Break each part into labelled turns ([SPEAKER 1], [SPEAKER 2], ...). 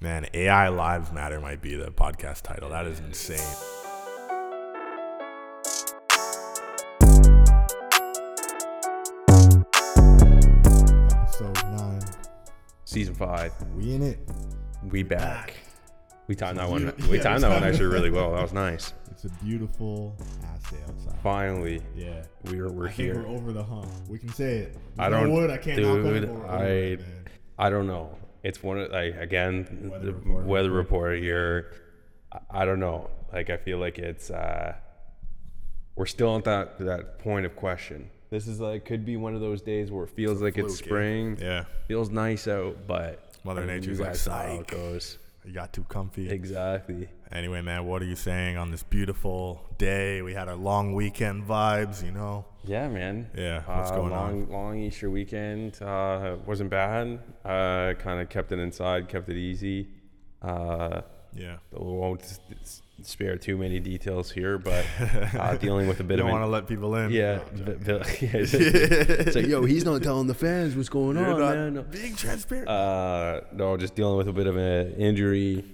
[SPEAKER 1] Man, AI Lives Matter might be the podcast title. That is insane.
[SPEAKER 2] Episode nine.
[SPEAKER 3] Season five,
[SPEAKER 2] We in it.
[SPEAKER 3] we back. We timed that one.
[SPEAKER 2] Yeah,
[SPEAKER 3] We
[SPEAKER 2] yeah,
[SPEAKER 3] timed
[SPEAKER 2] we
[SPEAKER 3] that one
[SPEAKER 2] timed it.
[SPEAKER 3] actually really well. That was nice.
[SPEAKER 2] It's a beautiful ass day outside.
[SPEAKER 3] Finally,
[SPEAKER 2] Yeah.
[SPEAKER 3] we are we're
[SPEAKER 2] I think
[SPEAKER 3] here.
[SPEAKER 2] we're over the hump. We can say it.
[SPEAKER 3] I
[SPEAKER 2] Knock
[SPEAKER 3] don't-
[SPEAKER 2] wood, I can't knock on it,
[SPEAKER 3] dude,
[SPEAKER 2] but we're over
[SPEAKER 3] I-
[SPEAKER 2] it, man.
[SPEAKER 3] I don't know. It's one of like again
[SPEAKER 2] Weather
[SPEAKER 3] the
[SPEAKER 2] report.
[SPEAKER 3] weather report here. I- I don't know. Like I feel like it's uh we're still at that that point of question. This is like could be one of those days where it feels like it's
[SPEAKER 1] Fluky.
[SPEAKER 3] spring.
[SPEAKER 1] Yeah.
[SPEAKER 3] Feels nice out, but
[SPEAKER 1] Mother
[SPEAKER 3] I mean, you
[SPEAKER 1] Nature's like,
[SPEAKER 3] guys saw how it
[SPEAKER 1] "Psych."
[SPEAKER 3] goes.
[SPEAKER 1] You got too comfy.
[SPEAKER 3] Exactly.
[SPEAKER 1] Anyway, man, what are you saying on this beautiful day? We had our long weekend vibes, you know?
[SPEAKER 3] Yeah, man. Uh,
[SPEAKER 1] Yeah, what's going on?
[SPEAKER 3] long, Long Easter weekend uh, wasn't bad. Uh, kind of kept it inside, kept it easy. Uh,
[SPEAKER 1] Yeah.
[SPEAKER 3] we won't s- s- spare too many details here, but uh, dealing with a bit
[SPEAKER 1] Don't
[SPEAKER 3] of
[SPEAKER 1] want to
[SPEAKER 3] an,
[SPEAKER 1] let people in.
[SPEAKER 3] yeah, vi- vil- yeah, it's like- it's like, yo, he's not telling the fans what's going
[SPEAKER 1] You're
[SPEAKER 3] on,
[SPEAKER 1] not
[SPEAKER 3] man. No.
[SPEAKER 1] being transparent.
[SPEAKER 3] Uh, no, just dealing with a bit of an injury,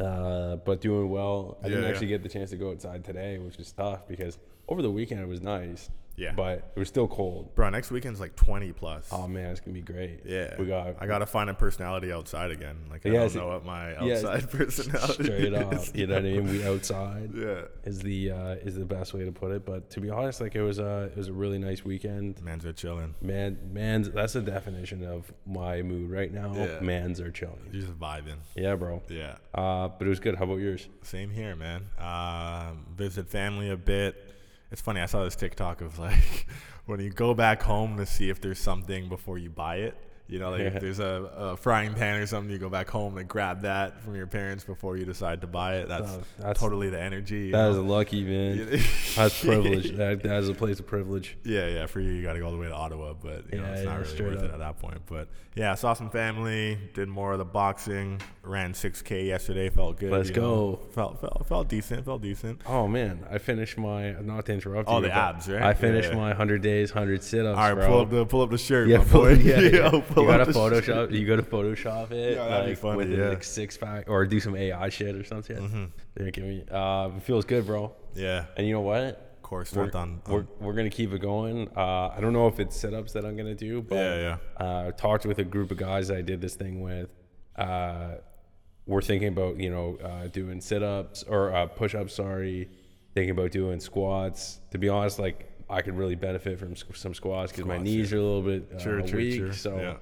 [SPEAKER 3] uh, but doing well. I didn't
[SPEAKER 1] Yeah, yeah.
[SPEAKER 3] actually get the chance to go outside today, which is tough because over the weekend it was nice,
[SPEAKER 1] Yeah.
[SPEAKER 3] but it was still cold.
[SPEAKER 1] Bro, next weekend's like 20 plus.
[SPEAKER 3] Oh man, it's gonna be great.
[SPEAKER 1] yeah.
[SPEAKER 3] we got.
[SPEAKER 1] I got to find a personality outside again. Like, I
[SPEAKER 3] Yeah,
[SPEAKER 1] don't
[SPEAKER 3] see-
[SPEAKER 1] know what my
[SPEAKER 3] yeah,
[SPEAKER 1] outside personality is.
[SPEAKER 3] straight up. You know what I mean? We outside
[SPEAKER 1] Yeah.
[SPEAKER 3] is the uh, is the best way to put it. But to be honest, like it was a it was a really nice weekend.
[SPEAKER 1] Man's are chilling.
[SPEAKER 3] Man, man's that's the definition of my mood right now.
[SPEAKER 1] Yeah.
[SPEAKER 3] Man's are chilling.
[SPEAKER 1] You're just vibing.
[SPEAKER 3] Yeah, bro.
[SPEAKER 1] Yeah.
[SPEAKER 3] Uh, but it was good. How about yours?
[SPEAKER 1] Same here, man. Um, visit family a bit. It's funny. I saw this TikTok of like when you go back home to see if there's something before you buy it. You know, like
[SPEAKER 3] Yeah.
[SPEAKER 1] if there's a, a frying pan or something, you go back home and grab that from your parents before you decide to buy it. That's,
[SPEAKER 3] Oh, that's-
[SPEAKER 1] totally the energy. you
[SPEAKER 3] That
[SPEAKER 1] know?
[SPEAKER 3] is lucky, man. That's privilege. That, that is a place of privilege.
[SPEAKER 1] Yeah, yeah. For you, you got to go all the way to Ottawa, but you know
[SPEAKER 3] Yeah,
[SPEAKER 1] it's
[SPEAKER 3] yeah,
[SPEAKER 1] not really
[SPEAKER 3] straight
[SPEAKER 1] worth it
[SPEAKER 3] up.
[SPEAKER 1] at that point. But yeah, I saw some family, did more of the boxing, ran 6K yesterday, felt good.
[SPEAKER 3] Let's
[SPEAKER 1] you know.
[SPEAKER 3] go.
[SPEAKER 1] Felt felt felt decent, felt decent.
[SPEAKER 3] Oh man, I finished my not to interrupt
[SPEAKER 1] Oh,
[SPEAKER 3] you.
[SPEAKER 1] the
[SPEAKER 3] but
[SPEAKER 1] abs, right?
[SPEAKER 3] I finished
[SPEAKER 1] Yeah.
[SPEAKER 3] my hundred days, hundred sit-ups.
[SPEAKER 1] All right,
[SPEAKER 3] bro.
[SPEAKER 1] pull up the pull up the shirt,
[SPEAKER 3] Yeah,
[SPEAKER 1] my
[SPEAKER 3] pull,
[SPEAKER 1] Oh, boy.
[SPEAKER 3] yeah, yeah.
[SPEAKER 1] Yo, pull
[SPEAKER 3] you gotta
[SPEAKER 1] up the shirt.
[SPEAKER 3] Photoshop. You gotta Photoshop it,
[SPEAKER 1] Yeah, that'd be
[SPEAKER 3] like,
[SPEAKER 1] funny,
[SPEAKER 3] with
[SPEAKER 1] yeah. Mm-hmm.
[SPEAKER 3] a like, six pack, or do some AI shit or something. There, give me. Uh, it feels good, bro.
[SPEAKER 1] Yeah,
[SPEAKER 3] And you know what?
[SPEAKER 1] of course.
[SPEAKER 3] We're,
[SPEAKER 1] Not on, um,
[SPEAKER 3] we're,
[SPEAKER 1] on-
[SPEAKER 3] we're gonna keep it going. Uh, I don't know if it's setups that I'm gonna do, but
[SPEAKER 1] Yeah,
[SPEAKER 3] Uh, I talked with a group of guys I did this thing with. Uh, we're thinking about you know uh, doing sit ups or uh, push ups. Sorry, thinking about doing squats. To be honest, like I could really benefit from s- some squats because my
[SPEAKER 1] Squats,
[SPEAKER 3] knees are a little bit uh,
[SPEAKER 1] Sure, sure,
[SPEAKER 3] weak.
[SPEAKER 1] sure.
[SPEAKER 3] So
[SPEAKER 1] Yeah.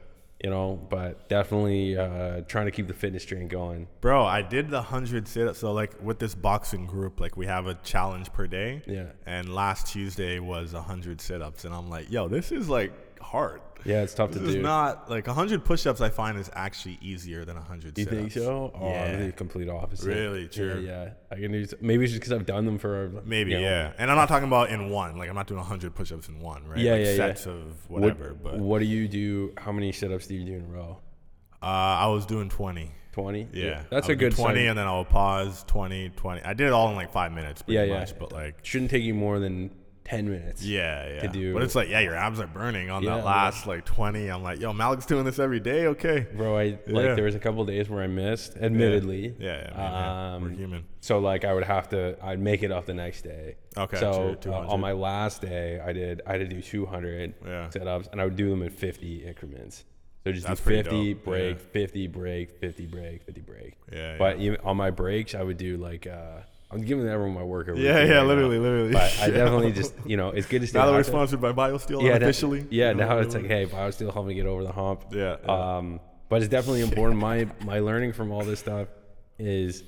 [SPEAKER 3] you know, but definitely uh, trying to keep the fitness train going.
[SPEAKER 1] bro. I did the hundred sit ups. So like with this boxing group, like we have a challenge per day.
[SPEAKER 3] Yeah.
[SPEAKER 1] And last Tuesday was hundred sit ups, and I'm like, yo, this is like hard.
[SPEAKER 3] Yeah, it's tough
[SPEAKER 1] This
[SPEAKER 3] to
[SPEAKER 1] is
[SPEAKER 3] do.
[SPEAKER 1] not like 100 push-ups. I find is actually easier than 100.
[SPEAKER 3] You think so? Oh,
[SPEAKER 1] Yeah.
[SPEAKER 3] I'm the complete opposite.
[SPEAKER 1] Really? True.
[SPEAKER 3] Yeah, yeah. I can use maybe it's just because I've done them for
[SPEAKER 1] Maybe,
[SPEAKER 3] you know,
[SPEAKER 1] yeah. And I'm not talking about in one. Like I'm not doing 100 push-ups in one, right?
[SPEAKER 3] Yeah,
[SPEAKER 1] like
[SPEAKER 3] yeah, yeah.
[SPEAKER 1] Sets of
[SPEAKER 3] What-
[SPEAKER 1] whatever. but uh,
[SPEAKER 3] what do you do? How many sit-ups do you do in a row?
[SPEAKER 1] I was doing 20.
[SPEAKER 3] Twenty.
[SPEAKER 1] Yeah,
[SPEAKER 3] that's
[SPEAKER 1] I
[SPEAKER 3] a
[SPEAKER 1] would do
[SPEAKER 3] good
[SPEAKER 1] 20,
[SPEAKER 3] Sign.
[SPEAKER 1] and then I'll pause 20, 20. I did it all in like five minutes,
[SPEAKER 3] Yeah,
[SPEAKER 1] pretty
[SPEAKER 3] yeah.
[SPEAKER 1] much. But like,
[SPEAKER 3] Shouldn't take you more than ten minutes.
[SPEAKER 1] yeah, yeah.
[SPEAKER 3] do-
[SPEAKER 1] But it's like, yeah, your abs are burning on
[SPEAKER 3] Yeah,
[SPEAKER 1] that
[SPEAKER 3] yeah.
[SPEAKER 1] last like 20. I'm like, yo, Malik's doing this every day. Okay.
[SPEAKER 3] Bro, I
[SPEAKER 1] Yeah.
[SPEAKER 3] like there was a couple days where I missed, admittedly. Um,
[SPEAKER 1] Yeah, yeah, I mean, yeah, we're human.
[SPEAKER 3] So like I would have to, I'd make it up the next day.
[SPEAKER 1] Okay, so
[SPEAKER 3] So
[SPEAKER 1] you're
[SPEAKER 3] uh,
[SPEAKER 1] 200.
[SPEAKER 3] on my last day, I did I had to do 200
[SPEAKER 1] Yeah.
[SPEAKER 3] sit-ups, and I would do them in 50 increments. So just
[SPEAKER 1] That's
[SPEAKER 3] do
[SPEAKER 1] pretty
[SPEAKER 3] 50
[SPEAKER 1] dope,
[SPEAKER 3] break,
[SPEAKER 1] yeah.
[SPEAKER 3] 50 break, 50 break, 50 break.
[SPEAKER 1] Yeah,
[SPEAKER 3] But even on my breaks, I would do like uh, I'm giving everyone my workout.
[SPEAKER 1] Yeah,
[SPEAKER 3] routine
[SPEAKER 1] yeah,
[SPEAKER 3] right now.
[SPEAKER 1] literally, literally.
[SPEAKER 3] But I
[SPEAKER 1] Yeah.
[SPEAKER 3] definitely just you know it's good to stay.
[SPEAKER 1] Now that we're
[SPEAKER 3] active.
[SPEAKER 1] sponsored by BioSteel
[SPEAKER 3] Yeah, that-
[SPEAKER 1] officially.
[SPEAKER 3] yeah, now it's like hey, if I was still helping me get over the hump.
[SPEAKER 1] Yeah, yeah.
[SPEAKER 3] Um, but it's definitely important. my my learning from all this stuff is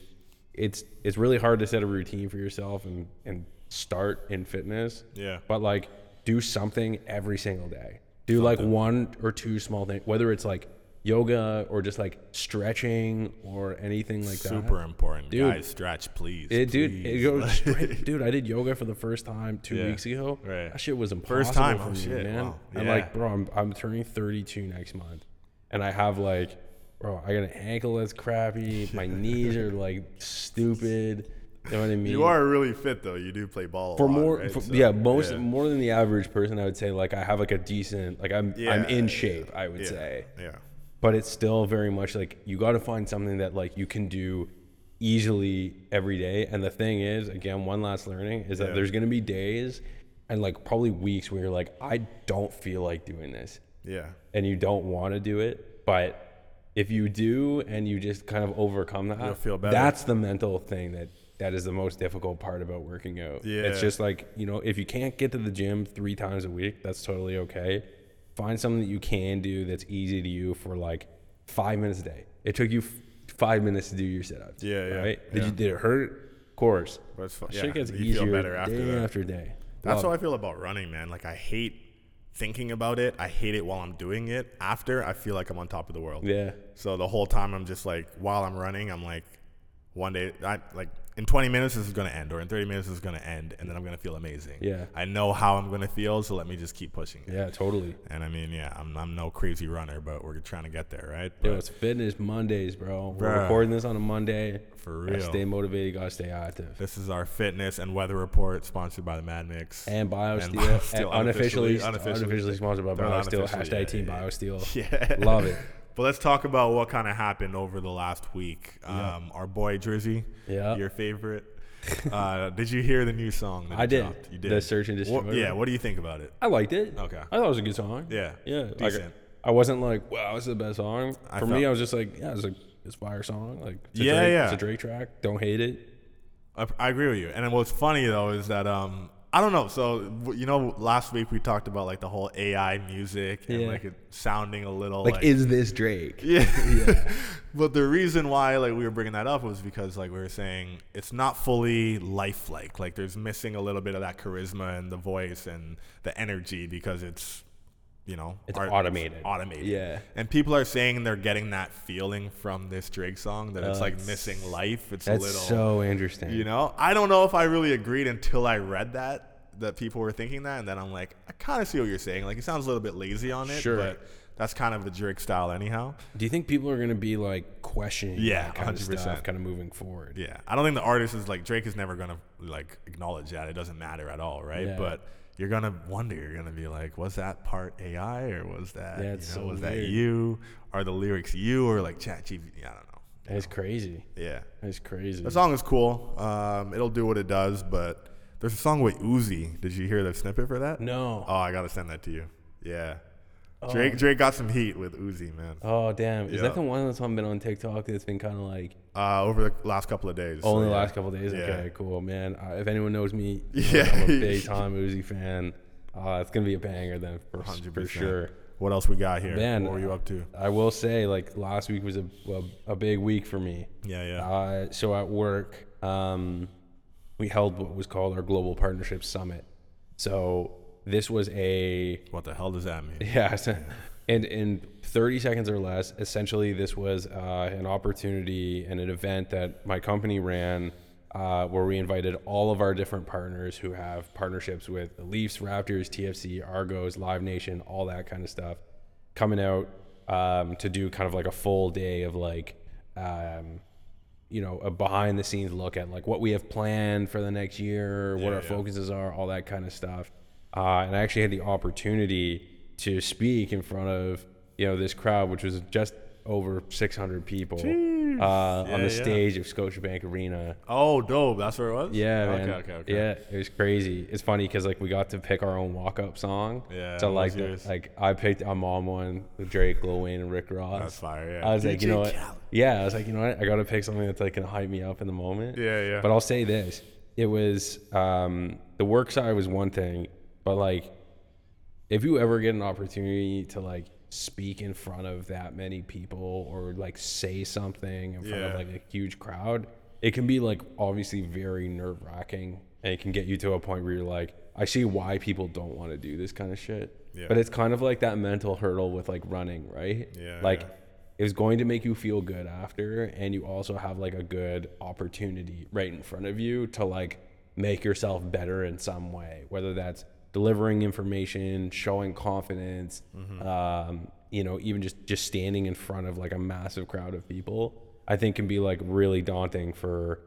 [SPEAKER 3] it's it's really hard to set a routine for yourself and and start in fitness.
[SPEAKER 1] Yeah.
[SPEAKER 3] But like do something every single day. Do like one or two small things, whether it's like yoga or just like stretching or anything like that.
[SPEAKER 1] super important.
[SPEAKER 3] Dude.
[SPEAKER 1] Guys, stretch, please.
[SPEAKER 3] It, dude, it
[SPEAKER 1] please.
[SPEAKER 3] goes straight- dude. I did yoga for the first time two
[SPEAKER 1] Yeah.
[SPEAKER 3] weeks ago.
[SPEAKER 1] Right.
[SPEAKER 3] That shit was impossible
[SPEAKER 1] First time,
[SPEAKER 3] for
[SPEAKER 1] oh
[SPEAKER 3] me,
[SPEAKER 1] shit,
[SPEAKER 3] man.
[SPEAKER 1] wow.
[SPEAKER 3] I'm
[SPEAKER 1] Yeah.
[SPEAKER 3] like, bro, I'm, I'm turning 32 next month, and I have like, bro, I got an ankle that's crappy. My knees are like stupid. You know what I mean?
[SPEAKER 1] You are really fit though. You do play ball a
[SPEAKER 3] for
[SPEAKER 1] lot,
[SPEAKER 3] more.
[SPEAKER 1] right?
[SPEAKER 3] for-
[SPEAKER 1] So,
[SPEAKER 3] yeah, most more than the average person, I would say. Like, I have like a decent, like I'm I'm
[SPEAKER 1] Yeah.
[SPEAKER 3] in shape. I would
[SPEAKER 1] yeah,
[SPEAKER 3] say.
[SPEAKER 1] yeah.
[SPEAKER 3] but it's still very much like you got to find something that like you can do easily every day. And the thing is, again, one last learning is that
[SPEAKER 1] Yeah.
[SPEAKER 3] there's going to be days and like probably weeks where you're like, I don't feel like doing this
[SPEAKER 1] Yeah.
[SPEAKER 3] and you don't want to do it, but if you do and you just kind of overcome that,
[SPEAKER 1] You'll feel better.
[SPEAKER 3] That's the mental thing that that is the most difficult part about working out.
[SPEAKER 1] Yeah.
[SPEAKER 3] It's just like, you know, if you can't get to the gym 3 times a week, that's totally okay. Find something that you can do that's easy to you for like 5 minutes a day. It took you f- 5 minutes to do your sit-ups.
[SPEAKER 1] Yeah, yeah,
[SPEAKER 3] Right? Did
[SPEAKER 1] yeah.
[SPEAKER 3] you did it hurt? Of course.
[SPEAKER 1] But it's fun.
[SPEAKER 3] Shit gets
[SPEAKER 1] you
[SPEAKER 3] easier
[SPEAKER 1] feel better after
[SPEAKER 3] day
[SPEAKER 1] that.
[SPEAKER 3] after day.
[SPEAKER 1] That's
[SPEAKER 3] Love
[SPEAKER 1] how I feel about running, man. Like I hate thinking about it. I hate it while I'm doing it. After I feel like I'm on top of the world.
[SPEAKER 3] it. Yeah.
[SPEAKER 1] So the whole time I'm just like, while I'm running, I'm like, one day, I like in 20 minutes this is gonna end, or in 30 minutes this is gonna end, and then I'm gonna feel amazing.
[SPEAKER 3] Yeah.
[SPEAKER 1] I know how I'm gonna feel, so let me just keep pushing it.
[SPEAKER 3] Yeah, totally.
[SPEAKER 1] And I mean, yeah, I'm I'm no crazy runner, but we're trying to get there, right?
[SPEAKER 3] Yo,
[SPEAKER 1] But
[SPEAKER 3] it's Fitness Mondays, bro. We're
[SPEAKER 1] Bruh.
[SPEAKER 3] recording this on a Monday.
[SPEAKER 1] For
[SPEAKER 3] Gotta
[SPEAKER 1] real.
[SPEAKER 3] stay motivated. Gotta stay active.
[SPEAKER 1] this is our fitness and weather report, sponsored by the Mad Mix.
[SPEAKER 3] And BioSteel,
[SPEAKER 1] And
[SPEAKER 3] and
[SPEAKER 1] BioSteel,
[SPEAKER 3] unofficially,
[SPEAKER 1] unofficially-
[SPEAKER 3] unofficially,
[SPEAKER 1] unofficially.
[SPEAKER 3] sponsored by
[SPEAKER 1] They're
[SPEAKER 3] BioSteel.
[SPEAKER 1] unofficially,
[SPEAKER 3] Hashtag
[SPEAKER 1] yeah,
[SPEAKER 3] Team
[SPEAKER 1] yeah, yeah.
[SPEAKER 3] BioSteel.
[SPEAKER 1] Yeah.
[SPEAKER 3] Love it.
[SPEAKER 1] But let's talk about what kind of happened over the last week. Um, Our boy Drizzy,
[SPEAKER 3] Yeah.
[SPEAKER 1] your favorite. uh, did you hear the new song? That
[SPEAKER 3] I
[SPEAKER 1] he
[SPEAKER 3] did.
[SPEAKER 1] dropped? You
[SPEAKER 3] The
[SPEAKER 1] did.
[SPEAKER 3] Search and
[SPEAKER 1] What-
[SPEAKER 3] Destroy,
[SPEAKER 1] yeah.
[SPEAKER 3] right?
[SPEAKER 1] What do you think about it?
[SPEAKER 3] I liked it.
[SPEAKER 1] Okay.
[SPEAKER 3] I thought it was a good song.
[SPEAKER 1] Yeah.
[SPEAKER 3] Yeah. Like,
[SPEAKER 1] Decent.
[SPEAKER 3] I wasn't like, wow, this is the best song. For
[SPEAKER 1] I
[SPEAKER 3] me,
[SPEAKER 1] felt-
[SPEAKER 3] I was just like, yeah, it's a it's a fire song. Like, it's a
[SPEAKER 1] Yeah,
[SPEAKER 3] Drake,
[SPEAKER 1] yeah.
[SPEAKER 3] It's a Drake track. Don't hate it.
[SPEAKER 1] I, I agree with you. And then what's funny though is that um I don't know. So w- you know, last week we talked about like the whole AI music and
[SPEAKER 3] Yeah.
[SPEAKER 1] like it sounding a little
[SPEAKER 3] Like, is this Drake?
[SPEAKER 1] yeah. but the reason why like we were bringing that up was because like we were saying it's not fully lifelike. Like there's missing a little bit of that charisma and the voice and the energy because it's you know
[SPEAKER 3] It's
[SPEAKER 1] art-
[SPEAKER 3] automated.
[SPEAKER 1] Automated.
[SPEAKER 3] Yeah.
[SPEAKER 1] And people are saying they're getting that feeling from this Drake song that it's
[SPEAKER 3] Uh,
[SPEAKER 1] like
[SPEAKER 3] it's-
[SPEAKER 1] missing life. It's
[SPEAKER 3] That's
[SPEAKER 1] a little
[SPEAKER 3] so interesting.
[SPEAKER 1] you know, I don't know if I really agreed until I read that that people were thinking that, and then I'm like, I kind of see what you're saying. Like, it sounds a little bit lazy on it,
[SPEAKER 3] Sure.
[SPEAKER 1] but that's kind of the Drake style, anyhow.
[SPEAKER 3] Do you think people are going to be like questioning
[SPEAKER 1] Yeah,
[SPEAKER 3] that kind of
[SPEAKER 1] 100%.
[SPEAKER 3] stuff kind of moving forward?
[SPEAKER 1] Yeah, I don't think the artist is like Drake is never gonna like acknowledge that. It doesn't matter at all, right?
[SPEAKER 3] Yeah.
[SPEAKER 1] But you're gonna wonder. You're gonna be like, was that part AI or was that
[SPEAKER 3] Yeah,
[SPEAKER 1] you
[SPEAKER 3] it's
[SPEAKER 1] know,
[SPEAKER 3] so
[SPEAKER 1] was that
[SPEAKER 3] weird.
[SPEAKER 1] you? Are the lyrics you or like ChatGPT? I don't know.
[SPEAKER 3] That's crazy.
[SPEAKER 1] Yeah,
[SPEAKER 3] That's crazy.
[SPEAKER 1] the song is cool. Um, it'll do what it does, but there's a song with Uzi. Did you hear the snippet for that?
[SPEAKER 3] no.
[SPEAKER 1] Oh, I gotta send that to you. Yeah. Drake Drake got some heat with Uzi, man.
[SPEAKER 3] oh damn. Is
[SPEAKER 1] Yeah.
[SPEAKER 3] that the one that's on- been on TikTok that's been kind of like
[SPEAKER 1] Uh, over the last couple of days. So,
[SPEAKER 3] only the
[SPEAKER 1] yeah.
[SPEAKER 3] last couple days?
[SPEAKER 1] Yeah.
[SPEAKER 3] Okay, cool, man. I, if anyone knows me,
[SPEAKER 1] Yeah.
[SPEAKER 3] I'm a big time Uzi fan. Uh, it's gonna be a banger then for, for
[SPEAKER 1] 100%.
[SPEAKER 3] sure.
[SPEAKER 1] What else we got here?
[SPEAKER 3] Man, uh,
[SPEAKER 1] what were you up to?
[SPEAKER 3] I will say, like last week was a a, a big week for me.
[SPEAKER 1] Yeah, yeah.
[SPEAKER 3] Uh, so at work, um, we held what was called our global partnership summit. So this was a
[SPEAKER 1] what the hell does that mean?
[SPEAKER 3] Yeah. So, and in 30 seconds or less, essentially, this was uh, an opportunity and an event that my company ran uh, where we invited all of our different partners who have partnerships with the Leafs, Raptors, TFC, Argos, Live Nation, all that kind of stuff, coming out um, to do kind of like a full day of like, um, you know, a behind the scenes look at like what we have planned for the next year, what our
[SPEAKER 1] yeah.
[SPEAKER 3] focuses are, all that kind of stuff. Uh, and I actually had the opportunity to speak in front of you know this crowd, which was just over 600 people uh, on
[SPEAKER 1] Yeah,
[SPEAKER 3] the
[SPEAKER 1] yeah.
[SPEAKER 3] stage of Scotiabank Arena.
[SPEAKER 1] Oh, dope. That's where it was?
[SPEAKER 3] Yeah,
[SPEAKER 1] okay,
[SPEAKER 3] man.
[SPEAKER 1] Okay, okay,
[SPEAKER 3] Yeah, it was crazy. It's funny because like we got to pick our own walk-up song.
[SPEAKER 1] Yeah,
[SPEAKER 3] So
[SPEAKER 1] what
[SPEAKER 3] like,
[SPEAKER 1] was
[SPEAKER 3] the-
[SPEAKER 1] yours?
[SPEAKER 3] like I picked I'm on one with Drake, Lil Wayne, and Rick Ross.
[SPEAKER 1] That's fire, yeah.
[SPEAKER 3] I was like, you
[SPEAKER 1] DJ
[SPEAKER 3] know what?
[SPEAKER 1] Khaled.
[SPEAKER 3] Yeah, I was like, you know what? I gotta pick something that's like gonna hype me up in the moment.
[SPEAKER 1] Yeah, yeah.
[SPEAKER 3] But I'll say this: it was um, the work side was one thing, but like, if you ever get an opportunity to like speak in front of that many people or like say something in front of
[SPEAKER 1] Yeah.
[SPEAKER 3] like a huge crowd, it can be like obviously very nerve wracking, and it can get you to a point where you're like, I see why people don't want to do this kind of shit.
[SPEAKER 1] Yeah.
[SPEAKER 3] But it's kind of like that mental hurdle with like running, right?
[SPEAKER 1] Yeah,
[SPEAKER 3] Like
[SPEAKER 1] yeah.
[SPEAKER 3] it was going to make you feel good after and you also have like a good opportunity right in front of you to like make yourself better in some way whether that's delivering information showing confidence
[SPEAKER 1] Mm-hmm.
[SPEAKER 3] um, you know even just just standing in front of like a massive crowd of people i think can be like really daunting for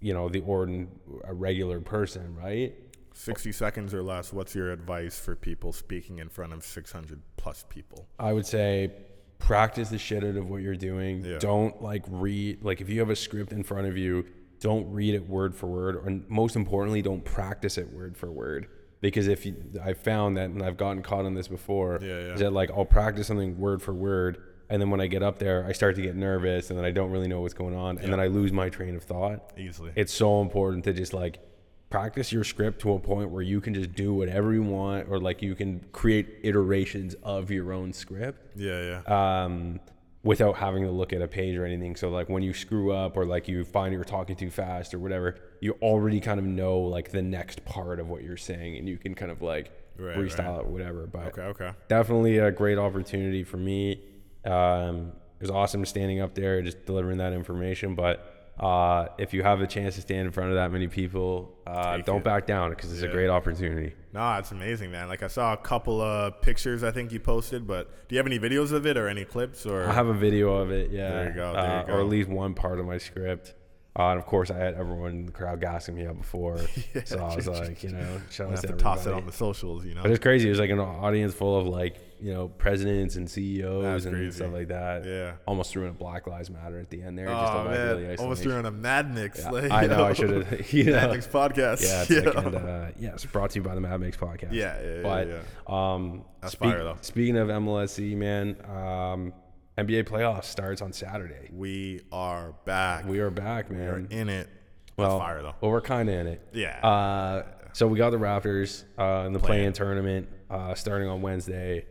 [SPEAKER 3] you know the ordin a regular person right
[SPEAKER 1] 60 seconds or less. What's your advice for people speaking in front of 600 plus people?
[SPEAKER 3] i would say practice the shit out of what you're doing.
[SPEAKER 1] Yeah.
[SPEAKER 3] Don't like read like if you have a script in front of you, don't read it word for word, and most importantly, don't practice it word for word. Because if you, I found that, and I've gotten caught on this before,
[SPEAKER 1] Yeah, yeah.
[SPEAKER 3] is that like I'll practice something word for word, and then when I get up there, I start to get nervous, and then I don't really know what's going on, and then I lose my train of thought
[SPEAKER 1] easily.
[SPEAKER 3] it's so important to just like practice your script to a point where you can just do whatever you want or like you can create iterations of your own script
[SPEAKER 1] yeah, yeah.
[SPEAKER 3] um, without having to look at a page or anything so like when you screw up or like you find you're talking too fast or whatever you already kind of know like the next part of what you're saying and you can kind of like
[SPEAKER 1] Right,
[SPEAKER 3] freestyle it or whatever but
[SPEAKER 1] okay, okay.
[SPEAKER 3] definitely a great opportunity for me. Um, it was awesome standing up there, just delivering that information. But uh, if you have a chance to stand in front of that many people, uh, don't
[SPEAKER 1] it.
[SPEAKER 3] back down because it's a great opportunity.
[SPEAKER 1] No, it's amazing, man. Like I saw a couple of pictures I think you posted, but do you have any videos of it or any clips or
[SPEAKER 3] I have a video of it, yeah,
[SPEAKER 1] There you go, there you
[SPEAKER 3] uh, or
[SPEAKER 1] go.
[SPEAKER 3] at least one part of my script. Uh, and of course, I had everyone in the crowd gassing me up before, so I was like, you know, shout
[SPEAKER 1] I
[SPEAKER 3] out
[SPEAKER 1] have
[SPEAKER 3] to
[SPEAKER 1] to toss it
[SPEAKER 3] everybody.
[SPEAKER 1] on the socials, you know?
[SPEAKER 3] But it's crazy. It was like an audience full of like you know presidents and CEOs
[SPEAKER 1] That's
[SPEAKER 3] and
[SPEAKER 1] crazy.
[SPEAKER 3] stuff like that.
[SPEAKER 1] Yeah.
[SPEAKER 3] Almost threw in a Black Lives Matter at the end there. just to
[SPEAKER 1] Oh
[SPEAKER 3] like
[SPEAKER 1] man,
[SPEAKER 3] really
[SPEAKER 1] almost
[SPEAKER 3] isolate-
[SPEAKER 1] threw in a Mad Mix. like,
[SPEAKER 3] I
[SPEAKER 1] you
[SPEAKER 3] know. I should have. You
[SPEAKER 1] Mad
[SPEAKER 3] know.
[SPEAKER 1] Mix podcast.
[SPEAKER 3] Yeah. It's
[SPEAKER 1] you
[SPEAKER 3] like,
[SPEAKER 1] know?
[SPEAKER 3] and, uh, yeah. It's brought to you by the Mad Mix podcast.
[SPEAKER 1] Yeah, yeah, yeah,
[SPEAKER 3] But
[SPEAKER 1] yeah.
[SPEAKER 3] um,
[SPEAKER 1] That's
[SPEAKER 3] speak-
[SPEAKER 1] fire, though.
[SPEAKER 3] Speaking of MLSE, man, um, NBA playoffs starts on Saturday.
[SPEAKER 1] we are back.
[SPEAKER 3] We are back, man.
[SPEAKER 1] are in it.
[SPEAKER 3] well,
[SPEAKER 1] That's fire though.
[SPEAKER 3] Well, we're kind of in it.
[SPEAKER 1] Yeah.
[SPEAKER 3] Uh, so we got the Raptors uh, in the play-in tournament uh, starting on Wednesday,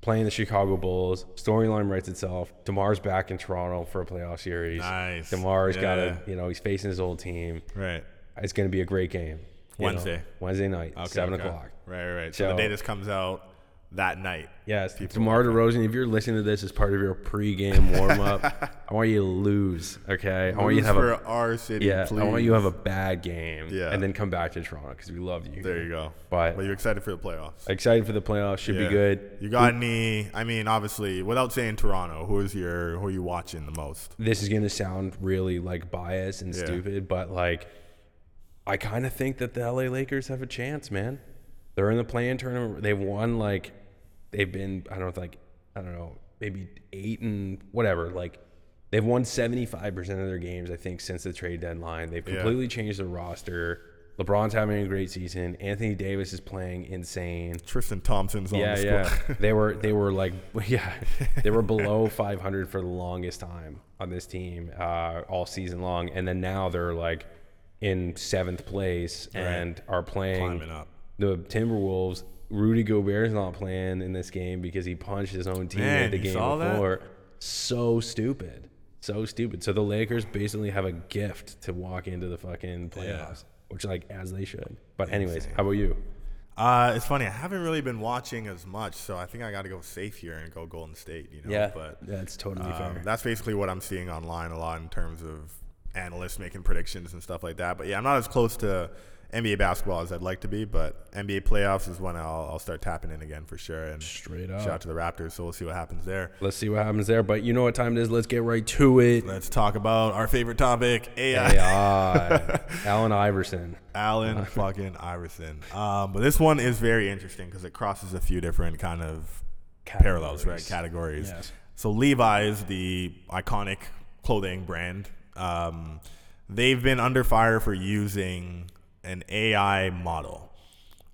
[SPEAKER 3] playing the Chicago Bulls. Storyline writes itself. Demar's back in Toronto for a playoff series.
[SPEAKER 1] Nice.
[SPEAKER 3] Demar's got
[SPEAKER 1] Yeah.
[SPEAKER 3] to, you know, he's facing his old team.
[SPEAKER 1] right.
[SPEAKER 3] It's going to be a great game. you know.
[SPEAKER 1] Wednesday.
[SPEAKER 3] Wednesday night,
[SPEAKER 1] Okay,
[SPEAKER 3] seven
[SPEAKER 1] okay.
[SPEAKER 3] o'clock.
[SPEAKER 1] Right, right, right. So, the
[SPEAKER 3] So-
[SPEAKER 1] day this comes out that night.
[SPEAKER 3] Yes, DeMar DeRozan. If you're listening to this as part of your pre-game warm-up, I want you to lose. Okay, I want you
[SPEAKER 1] Lose
[SPEAKER 3] to have
[SPEAKER 1] for
[SPEAKER 3] a
[SPEAKER 1] our city,
[SPEAKER 3] yeah.
[SPEAKER 1] please.
[SPEAKER 3] I want you to have a bad game.
[SPEAKER 1] Yeah.
[SPEAKER 3] and then come back to Toronto because we love you.
[SPEAKER 1] There you go.
[SPEAKER 3] But-
[SPEAKER 1] you're excited for the playoffs.
[SPEAKER 3] Excited for the playoffs. Should
[SPEAKER 1] Yeah.
[SPEAKER 3] be good.
[SPEAKER 1] You got any? I mean, obviously, without saying Toronto, who is your who are you watching the most?
[SPEAKER 3] This is gonna sound really like biased and
[SPEAKER 1] Yeah.
[SPEAKER 3] stupid, but like, I kind of think that the LA Lakers have a chance, man. They're in the play-in tournament. They've won like, they've been I don't know like I don't know maybe eight and whatever like. They've won 75% of their games, I think, since the trade deadline. They've completely changed their roster. LeBron's having a great season. Anthony Davis is playing insane.
[SPEAKER 1] Tristan Thompson's on
[SPEAKER 3] yeah,
[SPEAKER 1] the
[SPEAKER 3] yeah.
[SPEAKER 1] squad.
[SPEAKER 3] they were they were like yeah, they were below 500 for the longest time on this team uh, all season long, and then now they're like in seventh place and are playing
[SPEAKER 1] climbing up.
[SPEAKER 3] the Timberwolves. Rudy Gobert's not playing in this game because he punched his own team
[SPEAKER 1] Man,
[SPEAKER 3] at the
[SPEAKER 1] you
[SPEAKER 3] game
[SPEAKER 1] saw that?
[SPEAKER 3] before. So stupid, so stupid. So the Lakers basically have a gift to walk into the fucking playoffs, which like as they should. But anyways, how about you?
[SPEAKER 1] Uh, it's funny. I haven't really been watching as much, so I think I got to go safe here and go Golden State. You know, but
[SPEAKER 3] that's totally
[SPEAKER 1] um,
[SPEAKER 3] fair.
[SPEAKER 1] that's basically what I'm seeing online a lot in terms of analysts making predictions and stuff like that. But yeah, I'm not as close to NBA basketball as I'd like to be, but NBA playoffs is when I'll, I'll start tapping in again for sure. And
[SPEAKER 3] Straight
[SPEAKER 1] shout
[SPEAKER 3] up.
[SPEAKER 1] out to the Raptors. So we'll see what happens there.
[SPEAKER 3] Let's see what happens there. But you know what time it is. Let's get right to it.
[SPEAKER 1] Let's talk about our favorite topic, AI.
[SPEAKER 3] AI. Allen Iverson.
[SPEAKER 1] Allen fucking Iverson. Um, but this one is very interesting because it crosses a few different kind of parallels, right? Categories.
[SPEAKER 3] Yes.
[SPEAKER 1] So Levi's, the iconic clothing brand, um, they've been under fire for using an AI model.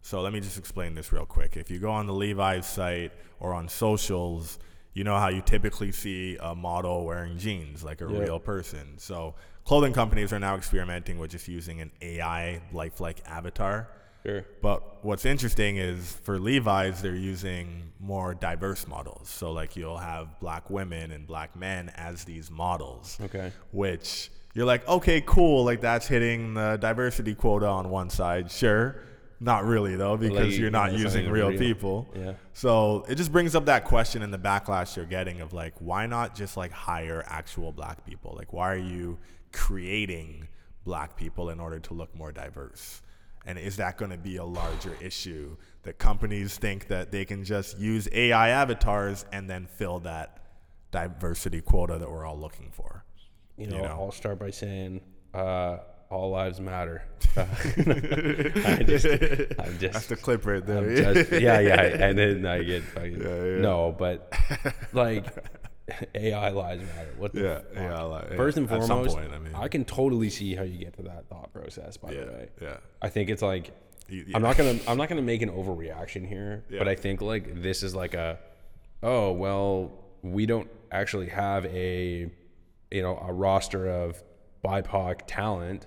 [SPEAKER 1] So let me just explain this real quick. If you go on the Levi's site or on socials, you know how you typically see a model wearing jeans, like a real person. So clothing companies are now experimenting with just using an AI lifelike avatar.
[SPEAKER 3] Sure.
[SPEAKER 1] But what's interesting is for Levi's, they're using more diverse models. So like you'll have black women and black men as these models
[SPEAKER 3] Okay.
[SPEAKER 1] which you're like, okay, cool, like that's hitting the diversity quota on one side, sure. Not really though, because
[SPEAKER 3] you-
[SPEAKER 1] you're not
[SPEAKER 3] that's not
[SPEAKER 1] using
[SPEAKER 3] even
[SPEAKER 1] real,
[SPEAKER 3] real.
[SPEAKER 1] people.
[SPEAKER 3] Yeah.
[SPEAKER 1] So it just brings up that question and the backlash you're getting of like, why not just like hire actual black people? Like, why are you creating black people in order to look more diverse? And is that going to be a larger issue that companies think that they can just use AI avatars and then fill that diversity quota that we're all looking for?
[SPEAKER 3] You know,
[SPEAKER 1] know.
[SPEAKER 3] I'll start by saying uh, all lives matter. I just, I'm just,
[SPEAKER 1] That's the clip right there.
[SPEAKER 3] I'm just, yeah, yeah, and then I get fucking
[SPEAKER 1] Yeah, yeah.
[SPEAKER 3] no, but like AI lives matter. What the
[SPEAKER 1] Yeah,
[SPEAKER 3] fuck?
[SPEAKER 1] yeah, like, yeah.
[SPEAKER 3] First and
[SPEAKER 1] At
[SPEAKER 3] foremost,
[SPEAKER 1] some point, I mean.
[SPEAKER 3] can totally see how you get to that thought process. By
[SPEAKER 1] yeah,
[SPEAKER 3] the way,
[SPEAKER 1] yeah.
[SPEAKER 3] I think it's like
[SPEAKER 1] You-
[SPEAKER 3] I'm
[SPEAKER 1] yeah.
[SPEAKER 3] not gonna I'm not gonna make an overreaction here, but I think like this is like a oh well we don't actually have a you know a roster of BIPOC talent,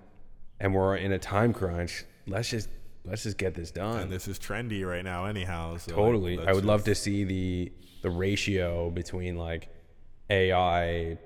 [SPEAKER 3] and we're in a time crunch. Let's just let's just get this done.
[SPEAKER 1] And this is trendy right now, anyhow. So like,
[SPEAKER 3] Totally. I
[SPEAKER 1] let's
[SPEAKER 3] would love to see the the ratio between like AI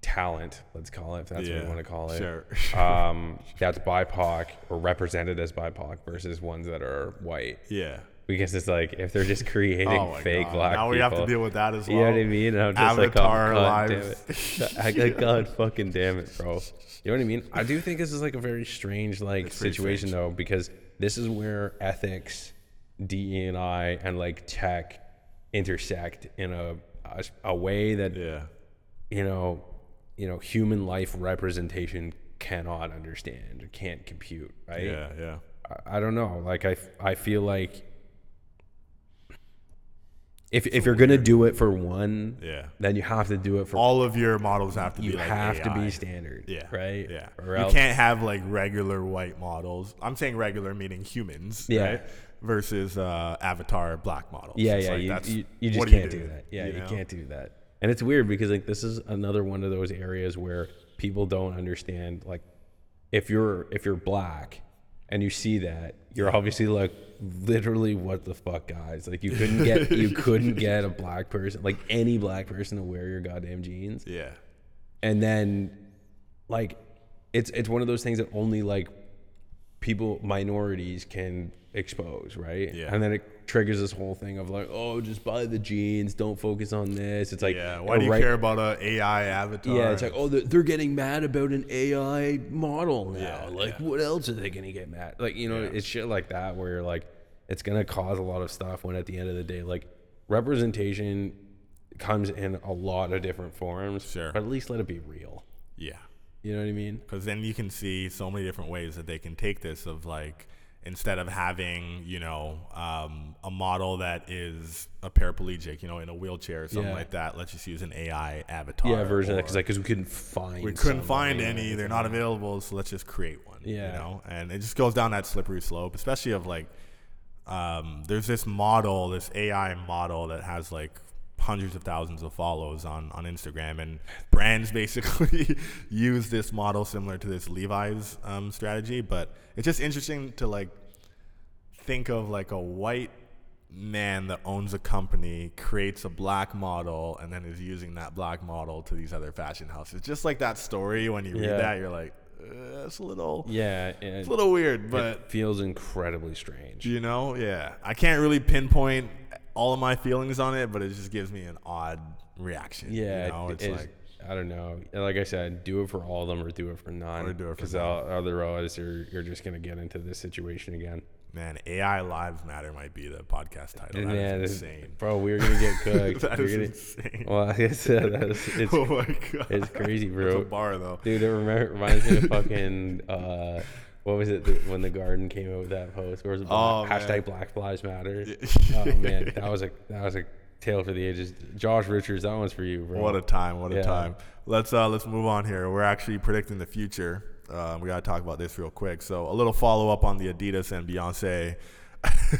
[SPEAKER 3] talent, let's call it, if that's what
[SPEAKER 1] Yeah,
[SPEAKER 3] you want to call it.
[SPEAKER 1] sure.
[SPEAKER 3] um, that's BIPOC or represented as BIPOC versus ones that are white.
[SPEAKER 1] just- Yeah.
[SPEAKER 3] Because it's like if they're just creating
[SPEAKER 1] Oh my
[SPEAKER 3] fake
[SPEAKER 1] God.
[SPEAKER 3] black
[SPEAKER 1] Now we have to
[SPEAKER 3] people,
[SPEAKER 1] deal with that as well.
[SPEAKER 3] You know what I mean? And I'm just
[SPEAKER 1] Avatar
[SPEAKER 3] like, oh, God
[SPEAKER 1] lives.
[SPEAKER 3] damn it. I- I- God fucking damn it, bro. You know what I mean? I do think this is like a very strange like
[SPEAKER 1] pretty
[SPEAKER 3] situation though, because this is where ethics, DE and I, and like tech intersect in a a, a way that
[SPEAKER 1] Yeah.
[SPEAKER 3] you know, you know, human life representation cannot understand or can't compute, right?
[SPEAKER 1] Yeah. Yeah.
[SPEAKER 3] I- I don't know. Like I, f- I feel like if if you're gonna do it for one,
[SPEAKER 1] Yeah.
[SPEAKER 3] then you have to do it for all.
[SPEAKER 1] All of your models have to
[SPEAKER 3] You
[SPEAKER 1] be like
[SPEAKER 3] have to
[SPEAKER 1] AI.
[SPEAKER 3] be standard,
[SPEAKER 1] Yeah.
[SPEAKER 3] right.
[SPEAKER 1] Yeah.
[SPEAKER 3] or
[SPEAKER 1] you
[SPEAKER 3] else
[SPEAKER 1] can't have like regular white models. I'm saying regular meaning humans.
[SPEAKER 3] Yeah.
[SPEAKER 1] Right? Versus uh, avatar black models.
[SPEAKER 3] Yeah,
[SPEAKER 1] It's
[SPEAKER 3] yeah.
[SPEAKER 1] like,
[SPEAKER 3] you,
[SPEAKER 1] that's-
[SPEAKER 3] you, you just
[SPEAKER 1] what do
[SPEAKER 3] can't do, that. Yeah, you,
[SPEAKER 1] know?
[SPEAKER 3] can't do that. And it's weird because like this is another one of those areas where people don't understand. Like, if you're if you're black and you see that, you're obviously like literally what the fuck, guys. Like you couldn't get you couldn't get a black person like any black person to wear your goddamn jeans
[SPEAKER 1] Yeah.
[SPEAKER 3] and then like it's it's one of those things that only like people minorities can expose right
[SPEAKER 1] Yeah.
[SPEAKER 3] and then it triggers this whole thing of like oh just buy the jeans don't focus on this it's like
[SPEAKER 1] Yeah. Why do you
[SPEAKER 3] right-
[SPEAKER 1] care about a AI avatar?
[SPEAKER 3] yeah it's like oh they're, they're getting mad about an ai model now
[SPEAKER 1] Yeah,
[SPEAKER 3] like
[SPEAKER 1] yeah.
[SPEAKER 3] what else are they gonna get mad like you know it's shit like that where you're like it's gonna cause a lot of stuff when at the end of the day like representation comes in a lot of different forms
[SPEAKER 1] Sure.
[SPEAKER 3] but at least let it be real
[SPEAKER 1] Yeah.
[SPEAKER 3] you know what I mean?
[SPEAKER 1] Because then you can see so many different ways that they can take this of like instead of having you know um, a model that is a paraplegic you know in a wheelchair or something
[SPEAKER 3] Yeah.
[SPEAKER 1] like that let's just use an ai avatar
[SPEAKER 3] Yeah, version of
[SPEAKER 1] or-
[SPEAKER 3] that because like, 'cause we couldn't find
[SPEAKER 1] we couldn't
[SPEAKER 3] someone,
[SPEAKER 1] find
[SPEAKER 3] yeah.
[SPEAKER 1] any they're not available so let's just create one you
[SPEAKER 3] Yeah.
[SPEAKER 1] know and it just goes down that slippery slope especially of like um, there's this model this ai model that has like hundreds of thousands of follows on on instagram and brands basically use this model similar to this levi's um, strategy but it's just interesting to like think of like a white man that owns a company creates a black model and then is using that black model to these other fashion houses just like that story when you
[SPEAKER 3] Yeah.
[SPEAKER 1] read that you're like uh, it's a little
[SPEAKER 3] Yeah, and
[SPEAKER 1] it's
[SPEAKER 3] it
[SPEAKER 1] a little weird but
[SPEAKER 3] feels incredibly strange.
[SPEAKER 1] you know yeah i can't really pinpoint all of my feelings on it but it just gives me an odd reaction
[SPEAKER 3] Yeah,
[SPEAKER 1] you know
[SPEAKER 3] it-
[SPEAKER 1] it's, like
[SPEAKER 3] I don't know. And Like I said, do it for all of them or do it for none.
[SPEAKER 1] Or do it for
[SPEAKER 3] because
[SPEAKER 1] none.
[SPEAKER 3] otherwise you're you're just gonna get into this situation again.
[SPEAKER 1] man ai lives matter might be the podcast title That is
[SPEAKER 3] yeah, this-
[SPEAKER 1] insane
[SPEAKER 3] bro, we're gonna get cooked.
[SPEAKER 1] that
[SPEAKER 3] We're
[SPEAKER 1] is
[SPEAKER 3] gonna-
[SPEAKER 1] insane
[SPEAKER 3] well, it's, that's, it's
[SPEAKER 1] oh my god
[SPEAKER 3] it's crazy,
[SPEAKER 1] it's
[SPEAKER 3] bro.
[SPEAKER 1] a bar though
[SPEAKER 3] Dude, it remi- reminds me of fucking uh, what was it the, when the Garden came out with that post? Or was it
[SPEAKER 1] Oh,
[SPEAKER 3] black, hashtag
[SPEAKER 1] man.
[SPEAKER 3] Black Lives Matter? oh man, that was a that was a tale for the ages. Josh Richards, that one's for you, bro.
[SPEAKER 1] What a time! What a
[SPEAKER 3] Yeah.
[SPEAKER 1] time! Let's uh, let's move on here. We're actually predicting the future. Uh, we gotta talk about this real quick. So a little follow up on the Adidas and Beyonce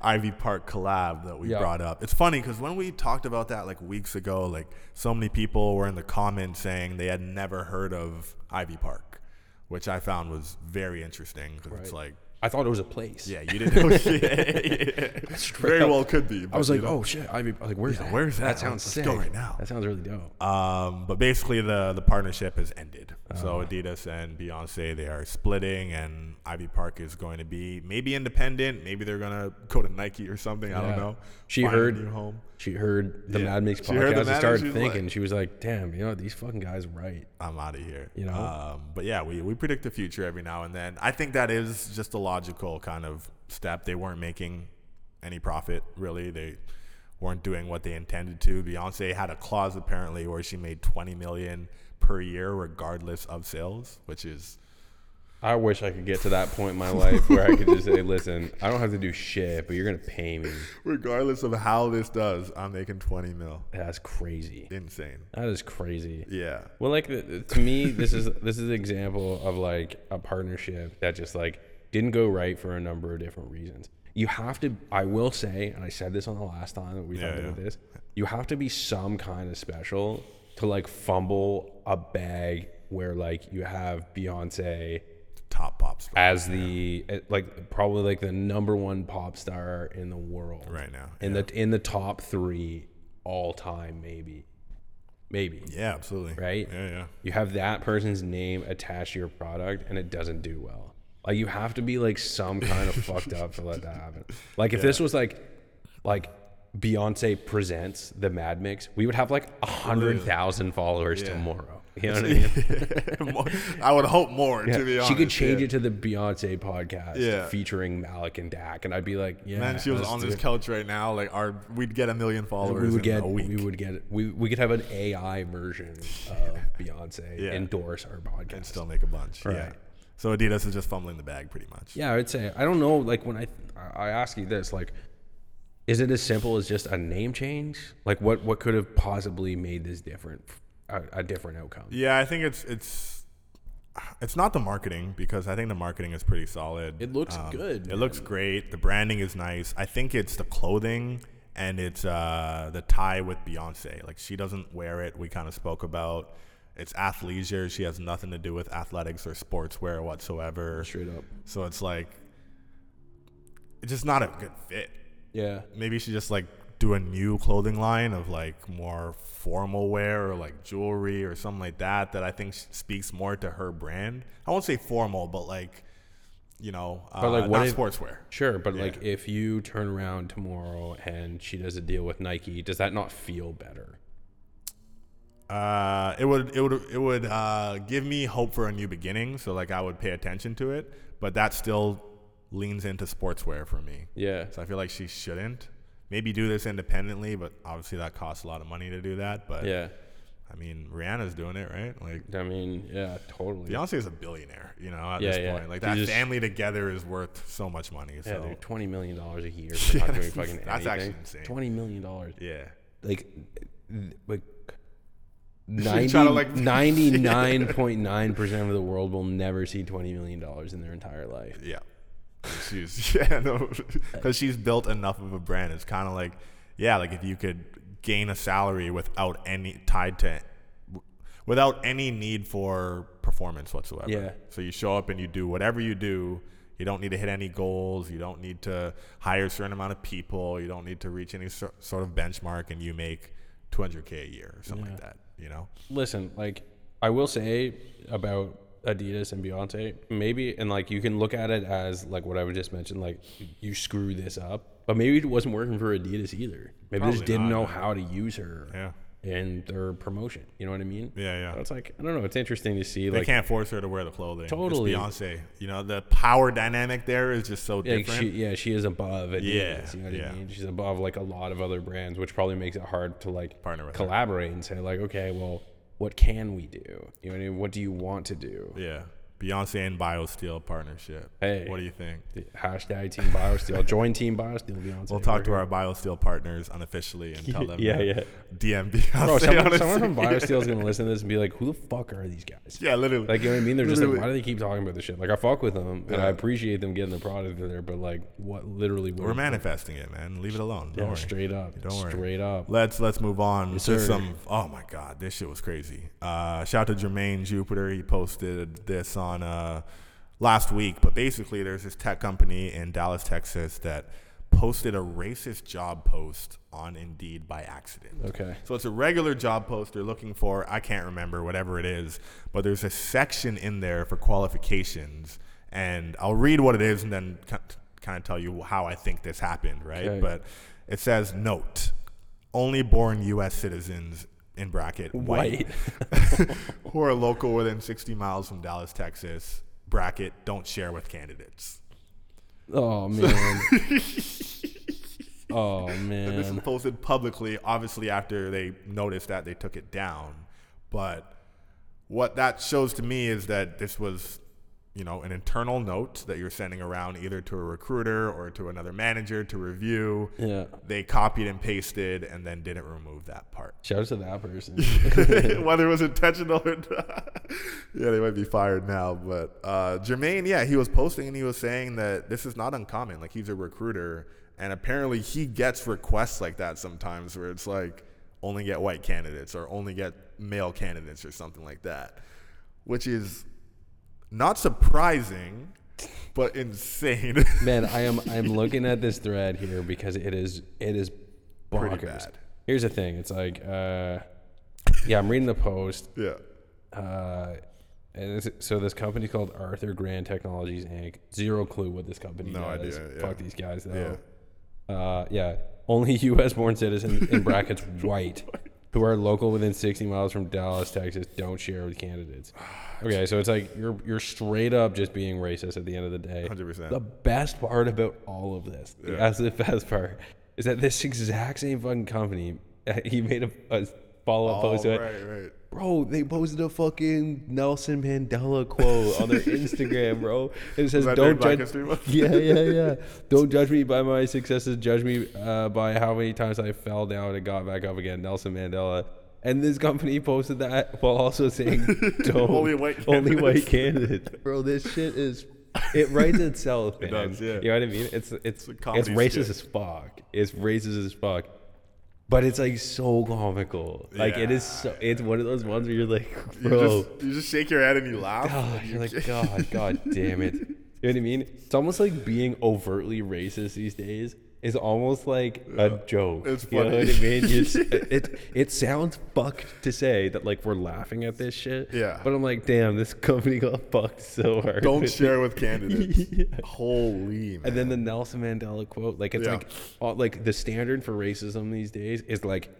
[SPEAKER 1] Ivy Park collab that we
[SPEAKER 3] Yeah.
[SPEAKER 1] brought up. It's funny because when we talked about that like weeks ago, like so many people were in the comments saying they had never heard of Ivy Park, which I found was very interesting because it's like.
[SPEAKER 3] I thought it was a place.
[SPEAKER 1] Yeah, you didn't know. Very well could be.
[SPEAKER 3] I was
[SPEAKER 1] but,
[SPEAKER 3] like,
[SPEAKER 1] you know.
[SPEAKER 3] oh shit! I mean, I was like, where's that?
[SPEAKER 1] where's that?
[SPEAKER 3] That sounds
[SPEAKER 1] Let's
[SPEAKER 3] sick.
[SPEAKER 1] go right now.
[SPEAKER 3] That sounds really dope.
[SPEAKER 1] Um, but basically, the the partnership has ended.
[SPEAKER 3] Oh.
[SPEAKER 1] So Adidas and Beyonce they are splitting, and Ivy Park is going to be maybe independent. Maybe they're gonna go to Nike or something. I
[SPEAKER 3] Yeah.
[SPEAKER 1] don't know.
[SPEAKER 3] She
[SPEAKER 1] Find a
[SPEAKER 3] heard
[SPEAKER 1] new home.
[SPEAKER 3] She heard the
[SPEAKER 1] Yeah.
[SPEAKER 3] Mad Mix
[SPEAKER 1] She heard the
[SPEAKER 3] podcast
[SPEAKER 1] Mad
[SPEAKER 3] and
[SPEAKER 1] Mix,
[SPEAKER 3] started
[SPEAKER 1] she was
[SPEAKER 3] thinking.
[SPEAKER 1] like-
[SPEAKER 3] she was like, damn, you know these fucking guys are right.
[SPEAKER 1] I'm out of here.
[SPEAKER 3] You know?
[SPEAKER 1] Um, but yeah, we we predict the future every now and then. I think that is just a logical kind of step. They weren't making any profit really. They weren't doing what they intended to. Beyonce had a clause apparently where she made 20 million per year regardless of sales, which is
[SPEAKER 3] I wish I could get to that point in my life where I could just say, listen, I don't have to do shit, but you're gonna pay me.
[SPEAKER 1] Regardless of how this does, I'm making 20 mil.
[SPEAKER 3] That's crazy.
[SPEAKER 1] Insane.
[SPEAKER 3] That is crazy.
[SPEAKER 1] Yeah.
[SPEAKER 3] Well, like the- the- to me, this is this is an example of like a partnership that just like didn't go right for a number of different reasons. You have to. I will say, and I said this on the last time that we
[SPEAKER 1] Yeah,
[SPEAKER 3] talked about
[SPEAKER 1] yeah.
[SPEAKER 3] this. You have to be some kind of special to like fumble a bag where like you have Beyonce
[SPEAKER 1] Top pop star
[SPEAKER 3] as the eh, like probably like the number one pop star in the world
[SPEAKER 1] right now.
[SPEAKER 3] in the in the top three all time maybe maybe
[SPEAKER 1] yeah, absolutely.
[SPEAKER 3] Right?
[SPEAKER 1] Yeah, yeah.
[SPEAKER 3] you have that person's name attached to your product and it doesn't do well. Like you have to be like some kind of fucked up to let that happen. Like if this was like like Beyonce presents the Mad Mix, we would have like a hundred thousand followers tomorrow. You know what I mean?
[SPEAKER 1] More- I would hope more, to be honest.
[SPEAKER 3] she could change
[SPEAKER 1] yeah.
[SPEAKER 3] it to the Beyonce podcast
[SPEAKER 1] Yeah.
[SPEAKER 3] featuring Malik and Dak, and I'd be like, yeah,
[SPEAKER 1] Man, she was
[SPEAKER 3] let's
[SPEAKER 1] on
[SPEAKER 3] do
[SPEAKER 1] this
[SPEAKER 3] it.
[SPEAKER 1] couch right now. Like, our we'd get a million followers
[SPEAKER 3] We would
[SPEAKER 1] in
[SPEAKER 3] get,
[SPEAKER 1] a week.
[SPEAKER 3] we would get, we, we could have an AI version of Beyonce
[SPEAKER 1] Yeah.
[SPEAKER 3] endorse our podcast.
[SPEAKER 1] and still make a bunch. Yeah.
[SPEAKER 3] Right.
[SPEAKER 1] So Adidas is just fumbling the bag, pretty much.
[SPEAKER 3] Yeah, I would say I don't know. Like when I I ask you this, like, is it as simple as just a name change? Like what what could have possibly made this different, a, a different outcome?
[SPEAKER 1] Yeah, I think it's it's it's not the marketing because I think the marketing is pretty solid.
[SPEAKER 3] It looks good,
[SPEAKER 1] Um, It looks great. The branding is nice. I think it's the clothing and it's uh, the tie with Beyonce. Like she doesn't wear it. We kind of spoke about. It's athleisure. She has nothing to do with athletics or sportswear whatsoever.
[SPEAKER 3] Straight up.
[SPEAKER 1] So it's like it's just not a good fit.
[SPEAKER 3] Yeah.
[SPEAKER 1] Maybe she just like do a new clothing line of like more formal wear or like jewelry or something like that that I think s- speaks more to her brand. I won't say formal, but like you know, uh,
[SPEAKER 3] like, what
[SPEAKER 1] not
[SPEAKER 3] if-
[SPEAKER 1] sportswear.
[SPEAKER 3] Sure, but like if you turn around tomorrow and she does a deal with Nike, does that not feel better?
[SPEAKER 1] Uh, it would it would it would uh, give me hope for a new beginning. So like I would pay attention to it, but that still leans into sportswear for me.
[SPEAKER 3] Yeah.
[SPEAKER 1] So I feel like she shouldn't. Maybe do this independently, but obviously that costs a lot of money to do that. But
[SPEAKER 3] Yeah.
[SPEAKER 1] I mean, Rihanna's doing it, right? Like
[SPEAKER 3] I mean, yeah, totally.
[SPEAKER 1] Beyonce is a billionaire, you know, at
[SPEAKER 3] Yeah,
[SPEAKER 1] this
[SPEAKER 3] yeah.
[SPEAKER 1] point. Like
[SPEAKER 3] She
[SPEAKER 1] that
[SPEAKER 3] just-
[SPEAKER 1] family together is worth so much money.
[SPEAKER 3] Yeah,
[SPEAKER 1] So
[SPEAKER 3] dude, twenty million dollars a year for not doing
[SPEAKER 1] that's-
[SPEAKER 3] fucking
[SPEAKER 1] that's actually
[SPEAKER 3] anything.
[SPEAKER 1] insane.
[SPEAKER 3] Twenty million dollars.
[SPEAKER 1] yeah.
[SPEAKER 3] like th- like
[SPEAKER 1] Trying to, like-
[SPEAKER 3] 99.9 percent of the world will never see 20 million dollars in their entire life
[SPEAKER 1] Yeah. She's yeah, no because she's built enough of a brand. It's kinda like yeah, like if you could gain a salary without any tied to without any need for performance whatsoever.
[SPEAKER 3] Yeah.
[SPEAKER 1] So you show up and you do whatever you do. You don't need to hit any goals. You don't need to hire a certain amount of people. You don't need to reach any sor- sort of benchmark, and you make 200k a year or something like that. You know?
[SPEAKER 3] listen like i will say about adidas and beyonce maybe and like you can look at it as like what i would just mentioned like you screw this up but maybe it wasn't working for adidas either maybe they just
[SPEAKER 1] Probably not,
[SPEAKER 3] didn't know how to use her
[SPEAKER 1] Yeah.
[SPEAKER 3] in their promotion you know what i mean
[SPEAKER 1] Yeah, yeah.
[SPEAKER 3] so it's like i don't know it's interesting to see
[SPEAKER 1] They
[SPEAKER 3] like
[SPEAKER 1] can't force her to wear the clothing.
[SPEAKER 3] Totally.
[SPEAKER 1] It's Beyonce. You know, the power dynamic there is just so
[SPEAKER 3] like
[SPEAKER 1] different.
[SPEAKER 3] she, yeah, she is above Adidas.
[SPEAKER 1] Yeah,
[SPEAKER 3] you know what
[SPEAKER 1] yeah.
[SPEAKER 3] I mean. She's above like a lot of other brands, which probably makes it hard to like
[SPEAKER 1] Partner with her.
[SPEAKER 3] collaborate and say like, okay, well, what can we do? You know what I mean? What do you want to do?
[SPEAKER 1] yeah. Beyonce and BioSteel partnership.
[SPEAKER 3] Hey.
[SPEAKER 1] What do you think?
[SPEAKER 3] Hashtag Team Biosteel. Join Team Biosteel. Beyonce.
[SPEAKER 1] We'll talk to our BioSteel partners unofficially and tell them.
[SPEAKER 3] Yeah,
[SPEAKER 1] to
[SPEAKER 3] yeah.
[SPEAKER 1] DM Beyonce.
[SPEAKER 3] Bro, someone,
[SPEAKER 1] honestly.
[SPEAKER 3] someone from Biosteel is gonna listen to this and be like, who the fuck are these guys?
[SPEAKER 1] Yeah, literally.
[SPEAKER 3] Like you know what I mean? They're just like,
[SPEAKER 1] Literally.
[SPEAKER 3] why do they keep talking about this shit? Like I fuck with them and I appreciate them getting the product in there, but like, what literally?
[SPEAKER 1] We're manifesting it, man. Leave it alone. Don't
[SPEAKER 3] Yeah,
[SPEAKER 1] worry.
[SPEAKER 3] straight up.
[SPEAKER 1] Don't worry.
[SPEAKER 3] Straight up.
[SPEAKER 1] Let's let's move on to
[SPEAKER 3] sir.
[SPEAKER 1] some. Oh my God, this shit was crazy. Uh, shout out to Jermaine Jupiter. He posted this on uh, last week. But basically, there's this tech company in Dallas, Texas, that posted a racist job post on Indeed by accident.
[SPEAKER 3] Okay.
[SPEAKER 1] So it's a regular job post they're looking for. I can't remember whatever it is, but there's a section in there for qualifications, and I'll read what it is and then kind of tell you how I think this happened, right?
[SPEAKER 3] Okay.
[SPEAKER 1] But it says note: only born U.S. citizens in bracket white, who are local within 60 miles from Dallas, Texas bracket don't share with candidates.
[SPEAKER 3] Oh man. oh
[SPEAKER 1] This
[SPEAKER 3] man.
[SPEAKER 1] was posted publicly, obviously after they noticed that they took it down. But what that shows to me is that this was you know, an internal note that you're sending around either to a recruiter or to another manager to review.
[SPEAKER 3] Yeah.
[SPEAKER 1] They copied and pasted and then didn't remove that part.
[SPEAKER 3] Shout out to that person.
[SPEAKER 1] whether it was intentional or not. yeah, they might be fired now. But uh, Jermaine, yeah, he was posting and he was saying that this is not uncommon. Like he's a recruiter, and apparently he gets requests like that sometimes, where it's like only get white candidates or only get male candidates or something like that, which is not surprising, but insane.
[SPEAKER 3] Man, I am I'm looking at this thread here because it is it is bonkers.
[SPEAKER 1] bad.
[SPEAKER 3] Here's the thing. It's like uh yeah, I'm reading the post.
[SPEAKER 1] yeah,
[SPEAKER 3] Uh and this, so this company called Arthur Grand Technologies Inc. Zero clue what this company
[SPEAKER 1] No
[SPEAKER 3] does.
[SPEAKER 1] idea, yeah.
[SPEAKER 3] Fuck these guys though. Uh yeah. Only US born citizens in brackets white who are local within 60 miles from Dallas, Texas don't share with candidates. Okay, so it's like you're you're straight up just being racist at the end of the day.
[SPEAKER 1] hundred percent.
[SPEAKER 3] The best part about all of this, the absolute best part, is that this exact same fucking company, he made a, follow up post to it.
[SPEAKER 1] right, right.
[SPEAKER 3] Bro, they posted a fucking Nelson Mandela quote on their Instagram, bro. It says,
[SPEAKER 1] that during
[SPEAKER 3] "Don't
[SPEAKER 1] Black
[SPEAKER 3] judge."
[SPEAKER 1] History Month?
[SPEAKER 3] yeah, yeah, yeah. Don't judge me by my successes. Judge me uh, by how many times I fell down and got back up again. Nelson Mandela. And this company posted that while also saying, "Don't
[SPEAKER 1] Only white
[SPEAKER 3] only white candidates." Bro, this shit is. It writes itself. It
[SPEAKER 1] does, yeah.
[SPEAKER 3] You know what I mean? It's it's
[SPEAKER 1] a
[SPEAKER 3] it's
[SPEAKER 1] comedy
[SPEAKER 3] racist
[SPEAKER 1] skit.
[SPEAKER 3] as fuck. It's racist as fuck. But it's like so comical. Like it is
[SPEAKER 1] Yeah.
[SPEAKER 3] so it's one of those ones where you're like,
[SPEAKER 1] You
[SPEAKER 3] bro,
[SPEAKER 1] just you just shake your head and you laugh.
[SPEAKER 3] oh,
[SPEAKER 1] and
[SPEAKER 3] you're
[SPEAKER 1] you
[SPEAKER 3] like, God, God damn it. You know what I mean? It's almost like being overtly racist these days is almost like a joke.
[SPEAKER 1] it's
[SPEAKER 3] You know
[SPEAKER 1] funny.
[SPEAKER 3] what I mean? It's, it it sounds fucked to say that like we're laughing at this shit.
[SPEAKER 1] Yeah.
[SPEAKER 3] But I'm like, damn, this company got fucked so hard.
[SPEAKER 1] Don't share with candidates.
[SPEAKER 3] Yeah.
[SPEAKER 1] Holy man.
[SPEAKER 3] And then the Nelson Mandela quote, like it's
[SPEAKER 1] Yeah.
[SPEAKER 3] like all, like the standard for racism these days is like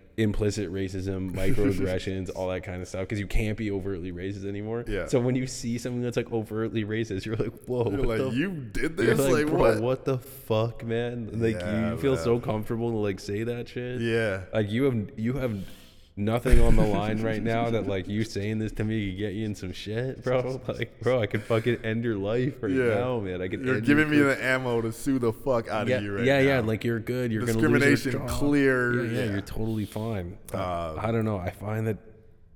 [SPEAKER 3] implicit racism, microaggressions, all that kind of stuff because you can't be overtly racist anymore.
[SPEAKER 1] Yeah.
[SPEAKER 3] So when you see something that's like overtly racist, you're like, whoa,
[SPEAKER 1] You're
[SPEAKER 3] what
[SPEAKER 1] like,
[SPEAKER 3] the
[SPEAKER 1] you did
[SPEAKER 3] you're
[SPEAKER 1] this? Like,
[SPEAKER 3] bro,
[SPEAKER 1] what?
[SPEAKER 3] the fuck, man? Like
[SPEAKER 1] Yeah,
[SPEAKER 3] you, you feel
[SPEAKER 1] man.
[SPEAKER 3] so comfortable to like say that shit.
[SPEAKER 1] Yeah.
[SPEAKER 3] Like you have you have nothing on the line right now that like you saying this to me could get you in some shit, bro. Like, bro, I could fucking end your life right
[SPEAKER 1] Yeah.
[SPEAKER 3] now, man. I could.
[SPEAKER 1] You're
[SPEAKER 3] end
[SPEAKER 1] giving
[SPEAKER 3] your
[SPEAKER 1] me the ammo to sue the fuck out
[SPEAKER 3] yeah,
[SPEAKER 1] of you right
[SPEAKER 3] yeah,
[SPEAKER 1] now.
[SPEAKER 3] yeah. Like you're good. You're
[SPEAKER 1] Discrimination
[SPEAKER 3] gonna lose your job.
[SPEAKER 1] clear,
[SPEAKER 3] Yeah, yeah,
[SPEAKER 1] yeah.
[SPEAKER 3] You're totally fine. But
[SPEAKER 1] Uh,
[SPEAKER 3] I don't know. I find that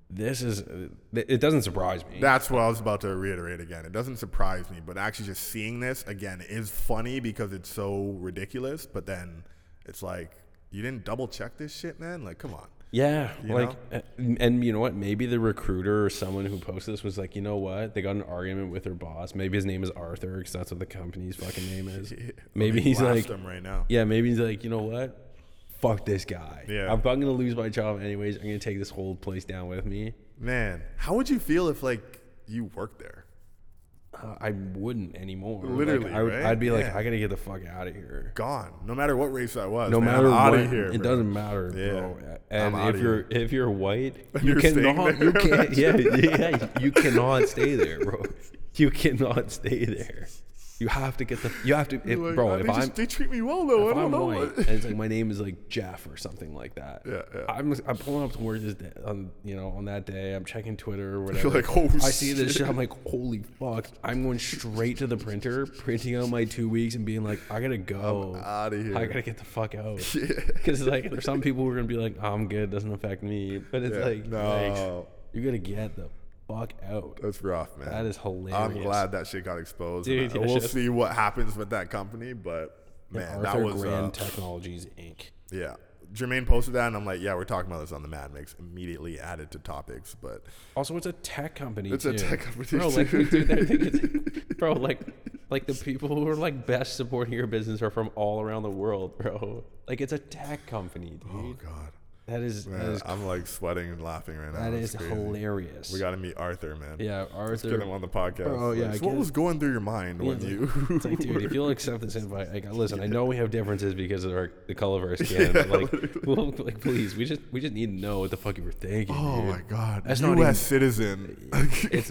[SPEAKER 3] this is. uh, th- It doesn't surprise me.
[SPEAKER 1] That's what I was about to reiterate again. It doesn't surprise me, but actually just seeing this again is funny because it's so ridiculous. But then it's like, you didn't double check this shit, man? Like, come on.
[SPEAKER 3] yeah,
[SPEAKER 1] you
[SPEAKER 3] like, uh, and, and you know what? Maybe the recruiter or someone who posted this was like, you know what? They got in an argument with their boss. Maybe his name is Arthur because that's what the company's fucking name is. Maybe
[SPEAKER 1] Like,
[SPEAKER 3] he's
[SPEAKER 1] blast
[SPEAKER 3] like,
[SPEAKER 1] them right now.
[SPEAKER 3] yeah. Maybe he's like, you know what? Fuck this guy.
[SPEAKER 1] Yeah.
[SPEAKER 3] I'm fucking gonna lose my job anyways. I'm gonna take this whole place down with me.
[SPEAKER 1] Man, how would you feel if, like, you worked there?
[SPEAKER 3] Uh, I wouldn't anymore. Like,
[SPEAKER 1] Literally,
[SPEAKER 3] I would,
[SPEAKER 1] right?
[SPEAKER 3] I'd be like,
[SPEAKER 1] Yeah.
[SPEAKER 3] I gotta get the fuck out of here.
[SPEAKER 1] Gone. No matter what race I was.
[SPEAKER 3] No
[SPEAKER 1] man,
[SPEAKER 3] matter
[SPEAKER 1] I'm
[SPEAKER 3] what,
[SPEAKER 1] out of here.
[SPEAKER 3] it
[SPEAKER 1] bro.
[SPEAKER 3] doesn't matter,
[SPEAKER 1] Yeah.
[SPEAKER 3] bro.
[SPEAKER 1] I'm
[SPEAKER 3] And
[SPEAKER 1] outta
[SPEAKER 3] if you're if you're white, you
[SPEAKER 1] You're staying
[SPEAKER 3] cannot,
[SPEAKER 1] there.
[SPEAKER 3] you can't, yeah, yeah, you cannot stay there, bro. You cannot stay there. You have to get the, you have to, if,
[SPEAKER 1] Like,
[SPEAKER 3] bro.
[SPEAKER 1] oh,
[SPEAKER 3] If
[SPEAKER 1] they,
[SPEAKER 3] I'm
[SPEAKER 1] just, they treat me well, though. I
[SPEAKER 3] if
[SPEAKER 1] don't
[SPEAKER 3] I'm
[SPEAKER 1] know.
[SPEAKER 3] white,
[SPEAKER 1] what-
[SPEAKER 3] and it's like my name is like Jeff or something like that.
[SPEAKER 1] Yeah, yeah.
[SPEAKER 3] I'm I'm pulling up to work this day on you know on that day. I'm checking Twitter or whatever.
[SPEAKER 1] like, "Oh,
[SPEAKER 3] I see this
[SPEAKER 1] shit."
[SPEAKER 3] shit. I'm like, holy fuck! I'm going straight to the printer, printing out my two weeks, and being like, I gotta go.
[SPEAKER 1] outta here.
[SPEAKER 3] I gotta get the fuck out. Because like there's some people who are gonna be like, "Oh, I'm good, doesn't affect me, but it's
[SPEAKER 1] Yeah,
[SPEAKER 3] like,
[SPEAKER 1] no.
[SPEAKER 3] like, you gotta get the fuck out.
[SPEAKER 1] That's rough, man.
[SPEAKER 3] That is
[SPEAKER 1] I'm
[SPEAKER 3] hilarious.
[SPEAKER 1] glad that shit got exposed. and
[SPEAKER 3] Dude,
[SPEAKER 1] I-
[SPEAKER 3] yeah,
[SPEAKER 1] we'll
[SPEAKER 3] shit.
[SPEAKER 1] see what happens with that company, but man,
[SPEAKER 3] Arthur
[SPEAKER 1] that was
[SPEAKER 3] Grand
[SPEAKER 1] uh,
[SPEAKER 3] Technologies Inc.
[SPEAKER 1] yeah. Jermaine posted that, and I'm like, yeah, we're talking about this on the Mad Mix. Immediately added to topics, but
[SPEAKER 3] Also, it's a tech company.
[SPEAKER 1] It's a
[SPEAKER 3] too.
[SPEAKER 1] tech company,
[SPEAKER 3] bro. Like,
[SPEAKER 1] too.
[SPEAKER 3] we do that thing. It's- bro, like, like the people who are like best supporting your business are from all around the world, bro. Like, it's a tech company, dude.
[SPEAKER 1] oh god,
[SPEAKER 3] that is that
[SPEAKER 1] man,
[SPEAKER 3] is,
[SPEAKER 1] I'm like sweating and laughing right now.
[SPEAKER 3] that
[SPEAKER 1] It's
[SPEAKER 3] is
[SPEAKER 1] crazy.
[SPEAKER 3] hilarious.
[SPEAKER 1] We got to meet Arthur, man.
[SPEAKER 3] yeah,
[SPEAKER 1] Get
[SPEAKER 3] Arthur.
[SPEAKER 1] him on the podcast.
[SPEAKER 3] Bro, yeah,
[SPEAKER 1] Like,
[SPEAKER 3] I
[SPEAKER 1] so what
[SPEAKER 3] get
[SPEAKER 1] was
[SPEAKER 3] it.
[SPEAKER 1] going through your mind when
[SPEAKER 3] it's
[SPEAKER 1] you?
[SPEAKER 3] It's like, dude, if you'll accept this invite, like, listen, I know we have differences because of our, the color of our skin, but like, well, like, please, we just, we just need to know what the fuck you were thinking.
[SPEAKER 1] oh
[SPEAKER 3] dude.
[SPEAKER 1] my god,
[SPEAKER 3] That's
[SPEAKER 1] U.S.
[SPEAKER 3] not even-
[SPEAKER 1] citizen.
[SPEAKER 3] It's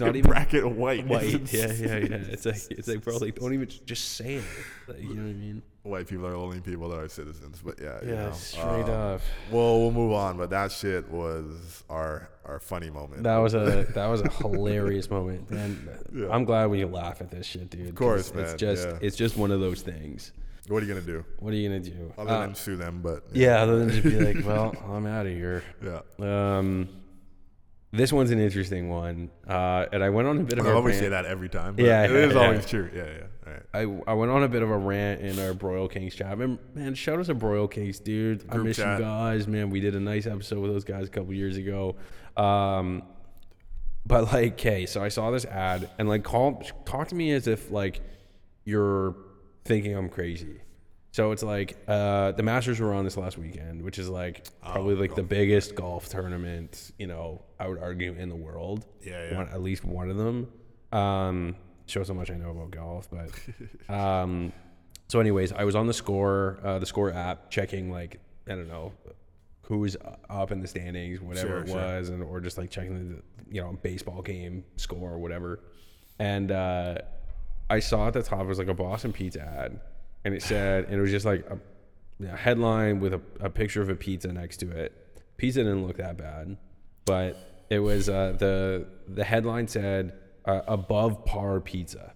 [SPEAKER 3] not even
[SPEAKER 1] bracket white.
[SPEAKER 3] white. Yeah, yeah, yeah. It's like it's like bro, like don't even just say it. Like, you know what I mean?
[SPEAKER 1] white people are the only people that are citizens. But yeah, you
[SPEAKER 3] Yeah,
[SPEAKER 1] know.
[SPEAKER 3] straight
[SPEAKER 1] Um,
[SPEAKER 3] up.
[SPEAKER 1] Well, we'll move on, but that shit was our our funny moment.
[SPEAKER 3] That was a that was a hilarious moment. And
[SPEAKER 1] Yeah.
[SPEAKER 3] I'm glad when you laugh at this shit, dude. Of
[SPEAKER 1] course, man,
[SPEAKER 3] It's just
[SPEAKER 1] yeah.
[SPEAKER 3] it's just one of those things.
[SPEAKER 1] what are you gonna do
[SPEAKER 3] What are you gonna do?
[SPEAKER 1] other
[SPEAKER 3] Uh,
[SPEAKER 1] than sue them? But
[SPEAKER 3] yeah, other than just be like, well, I'm out of here.
[SPEAKER 1] yeah.
[SPEAKER 3] Um, this one's an interesting one, uh, and I went on a bit of
[SPEAKER 1] I
[SPEAKER 3] a
[SPEAKER 1] always
[SPEAKER 3] rant.
[SPEAKER 1] say that every time. But
[SPEAKER 3] Yeah,
[SPEAKER 1] it
[SPEAKER 3] yeah,
[SPEAKER 1] is
[SPEAKER 3] yeah.
[SPEAKER 1] always true. Yeah, yeah. All right.
[SPEAKER 3] I, I went on a bit of a rant in our Broil Kings chat. Man, man shout out to Broil Kings, dude. I
[SPEAKER 1] Group
[SPEAKER 3] miss
[SPEAKER 1] chat.
[SPEAKER 3] you guys, man. We did a nice episode with those guys a couple years ago. Um, but like, okay, so I saw this ad and like, call talk to me as if like you're thinking I'm crazy. So it's like uh, the Masters were on this last weekend, which is like
[SPEAKER 1] Oh,
[SPEAKER 3] probably like the biggest golf tournament, you know, I would argue in the world.
[SPEAKER 1] Yeah, yeah.
[SPEAKER 3] One- at least one of them. Um, shows how much I know about golf, but um, so anyways, I was on the score, uh, the score app, checking like I don't know who's up in the standings, whatever
[SPEAKER 1] Sure,
[SPEAKER 3] it
[SPEAKER 1] sure.
[SPEAKER 3] was, and or just like checking the you know baseball game score or whatever. And uh, I saw at the top it was like a Boston Pizza ad, and it said and it was just like a, a headline with a, a picture of a pizza next to it. Pizza didn't look that bad, but it was uh, the the headline said uh, above par pizza.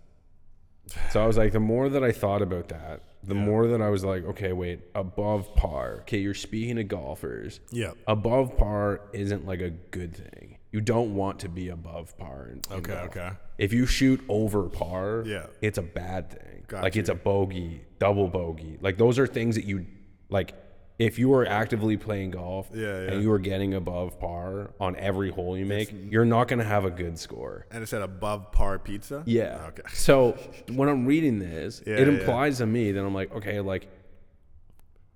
[SPEAKER 3] So I was like, the more that I thought about that, the more that I was like, okay, wait, above par. Okay, you're speaking to golfers.
[SPEAKER 1] Yeah.
[SPEAKER 3] Above par isn't like a good thing. You don't want to be above par. in- in
[SPEAKER 1] Okay.
[SPEAKER 3] golf.
[SPEAKER 1] Okay.
[SPEAKER 3] If you shoot over par,
[SPEAKER 1] Yeah.
[SPEAKER 3] it's a bad thing.
[SPEAKER 1] Got
[SPEAKER 3] like
[SPEAKER 1] you.
[SPEAKER 3] it's a bogey, double bogey. Like those are things that you like if you are actively playing golf
[SPEAKER 1] Yeah, yeah.
[SPEAKER 3] and you are getting above par on every hole you make, you're not going to have a good score.
[SPEAKER 1] And it said above par pizza.
[SPEAKER 3] Yeah.
[SPEAKER 1] Okay.
[SPEAKER 3] So when I'm reading this,
[SPEAKER 1] Yeah,
[SPEAKER 3] it
[SPEAKER 1] yeah.
[SPEAKER 3] implies to me that I'm like, okay, like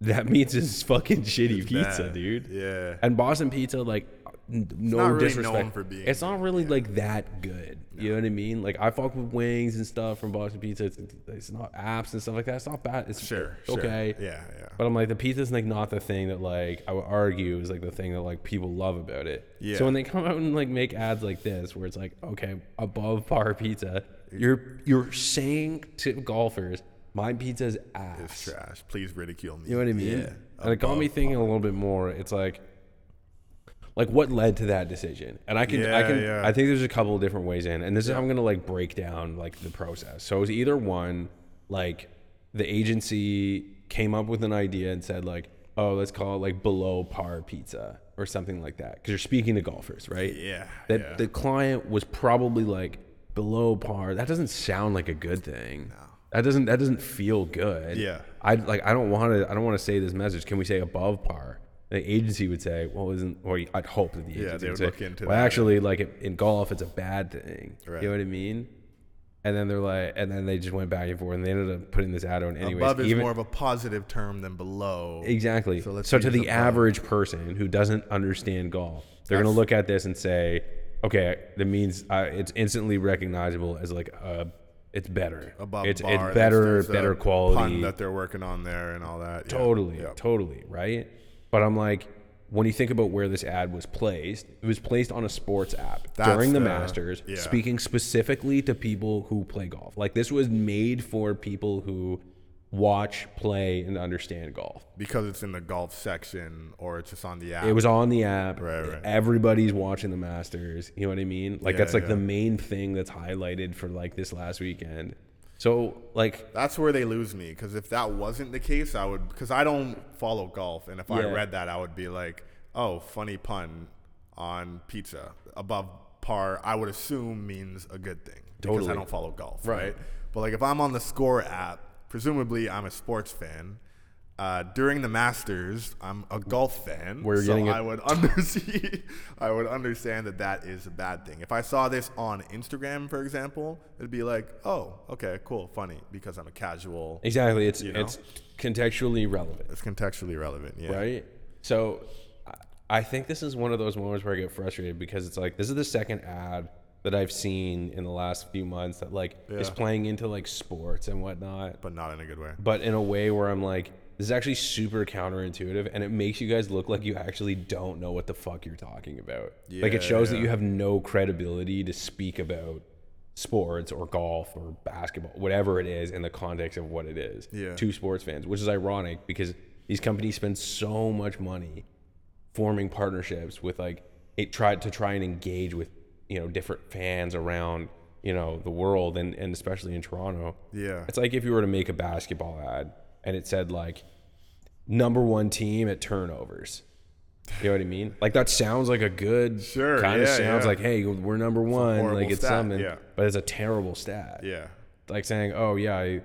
[SPEAKER 3] that means is fucking shitty pizza,
[SPEAKER 1] Bad.
[SPEAKER 3] dude.
[SPEAKER 1] Yeah.
[SPEAKER 3] And Boston pizza, like, n- no
[SPEAKER 1] not really
[SPEAKER 3] disrespect,
[SPEAKER 1] known for being
[SPEAKER 3] it's not really like that good. You know what I mean? Like I fuck with wings and stuff from Boston Pizza. It's, it's not apps and stuff like that. It's not bad. It's
[SPEAKER 1] Sure. sure.
[SPEAKER 3] okay.
[SPEAKER 1] Yeah. Yeah.
[SPEAKER 3] But I'm like, the pizza's like not the thing that like I would argue is like the thing that like people love about it.
[SPEAKER 1] Yeah.
[SPEAKER 3] So when they come out and like make ads like this, where it's like, okay, above par pizza, you're you're saying to golfers, my pizza's ass.
[SPEAKER 1] It's trash. Please ridicule me.
[SPEAKER 3] You know what I mean?
[SPEAKER 1] Yeah.
[SPEAKER 3] And it got me thinking a little bit more. It's like, like what led to that decision? And I can, I
[SPEAKER 1] Yeah,
[SPEAKER 3] can,
[SPEAKER 1] yeah.
[SPEAKER 3] I think there's a couple of different ways in, and this is how I'm gonna like break down like the process. So it's either one, like the agency came up with an idea and said like, oh, let's call it like below par pizza or something like that, because you're speaking to golfers, right?
[SPEAKER 1] Yeah,
[SPEAKER 3] That
[SPEAKER 1] yeah.
[SPEAKER 3] the client was probably like below par. That doesn't sound like a good thing. That doesn't that doesn't feel good.
[SPEAKER 1] Yeah.
[SPEAKER 3] I like I don't want to I don't want to say this message. Can we say above par? The agency would say, well, isn't or I'd hope that the agency
[SPEAKER 1] Yeah, they
[SPEAKER 3] would
[SPEAKER 1] would
[SPEAKER 3] say,
[SPEAKER 1] look into
[SPEAKER 3] well,
[SPEAKER 1] that,
[SPEAKER 3] actually, like it, in golf, it's a bad thing.
[SPEAKER 1] Right.
[SPEAKER 3] You know what I mean? And then they're like, and then they just went back and forth, and they ended up putting this ad on anyways.
[SPEAKER 1] Above is
[SPEAKER 3] even-
[SPEAKER 1] more of a positive term than below.
[SPEAKER 3] Exactly. So,
[SPEAKER 1] So let's
[SPEAKER 3] to
[SPEAKER 1] use
[SPEAKER 3] the
[SPEAKER 1] above.
[SPEAKER 3] average person who doesn't understand golf, they're going to look at this and say, "Okay, that means uh, it's instantly recognizable as like uh, it's better.
[SPEAKER 1] Above
[SPEAKER 3] it's
[SPEAKER 1] bar.
[SPEAKER 3] it's
[SPEAKER 1] there's-
[SPEAKER 3] better,
[SPEAKER 1] there's a
[SPEAKER 3] better
[SPEAKER 1] Pun
[SPEAKER 3] quality.
[SPEAKER 1] that they're working on there and all that. Yeah.
[SPEAKER 3] Totally,
[SPEAKER 1] Yeah.
[SPEAKER 3] totally, right? But I'm like, when you think about where this ad was placed, it was placed on a sports app
[SPEAKER 1] That's
[SPEAKER 3] during the,
[SPEAKER 1] the-
[SPEAKER 3] Masters,
[SPEAKER 1] yeah.
[SPEAKER 3] speaking specifically to people who play golf. Like this was made for people who watch, play, and understand golf.
[SPEAKER 1] Because it's in the golf section or it's just on the app.
[SPEAKER 3] It was on the app.
[SPEAKER 1] Right, right.
[SPEAKER 3] Everybody's watching the Masters. You know what I mean? Like
[SPEAKER 1] Yeah,
[SPEAKER 3] that's like
[SPEAKER 1] yeah.
[SPEAKER 3] the main thing that's highlighted for like this last weekend. So like
[SPEAKER 1] That's where they lose me. Because if that wasn't the case, I would. Because I don't follow golf, and if I
[SPEAKER 3] Yeah.
[SPEAKER 1] read that, I would be like, "Oh, funny pun on pizza above par." I would assume means a good thing because I
[SPEAKER 3] Totally.
[SPEAKER 1] don't follow golf,
[SPEAKER 3] Right.
[SPEAKER 1] right? But like if I'm on the Score app, presumably I'm a sports fan. Uh, during the Masters, I'm a golf fan,
[SPEAKER 3] We're
[SPEAKER 1] so
[SPEAKER 3] getting a-
[SPEAKER 1] I would understand. I would understand that that is a bad thing. If I saw this on Instagram, for example, it'd be like, "Oh, okay, cool, funny," because I'm a casual.
[SPEAKER 3] exactly, it's
[SPEAKER 1] know?
[SPEAKER 3] it's contextually relevant,
[SPEAKER 1] It's contextually relevant, yeah.
[SPEAKER 3] right? So I- I think this is one of those moments where I get frustrated because it's like this is the second ad that I've seen in the last few months that like is
[SPEAKER 1] Yeah.
[SPEAKER 3] playing into like sports and whatnot.
[SPEAKER 1] But not in a good way.
[SPEAKER 3] but in a way where I'm like, this is actually super counterintuitive, and it makes you guys look like you actually don't know what the fuck you're talking about. like it
[SPEAKER 1] Yeah,
[SPEAKER 3] shows that
[SPEAKER 1] yeah.
[SPEAKER 3] you have no credibility to speak about sports or golf or basketball, whatever it is, in the context of what it is
[SPEAKER 1] Yeah.
[SPEAKER 3] to sports fans, which is ironic because these companies spend so much money forming partnerships with like it tried to try and engage with you know different fans around you know the world and and especially in Toronto.
[SPEAKER 1] Yeah.
[SPEAKER 3] It's like if you were to make a basketball ad and it said like number one team at turnovers. You know what I mean? Like that sounds like a good
[SPEAKER 1] Sure,
[SPEAKER 3] kind of
[SPEAKER 1] yeah,
[SPEAKER 3] sounds
[SPEAKER 1] yeah.
[SPEAKER 3] like hey we're number one
[SPEAKER 1] horrible
[SPEAKER 3] like it's
[SPEAKER 1] stat,
[SPEAKER 3] something
[SPEAKER 1] yeah.
[SPEAKER 3] but it's a terrible stat.
[SPEAKER 1] Yeah.
[SPEAKER 3] Like saying oh yeah I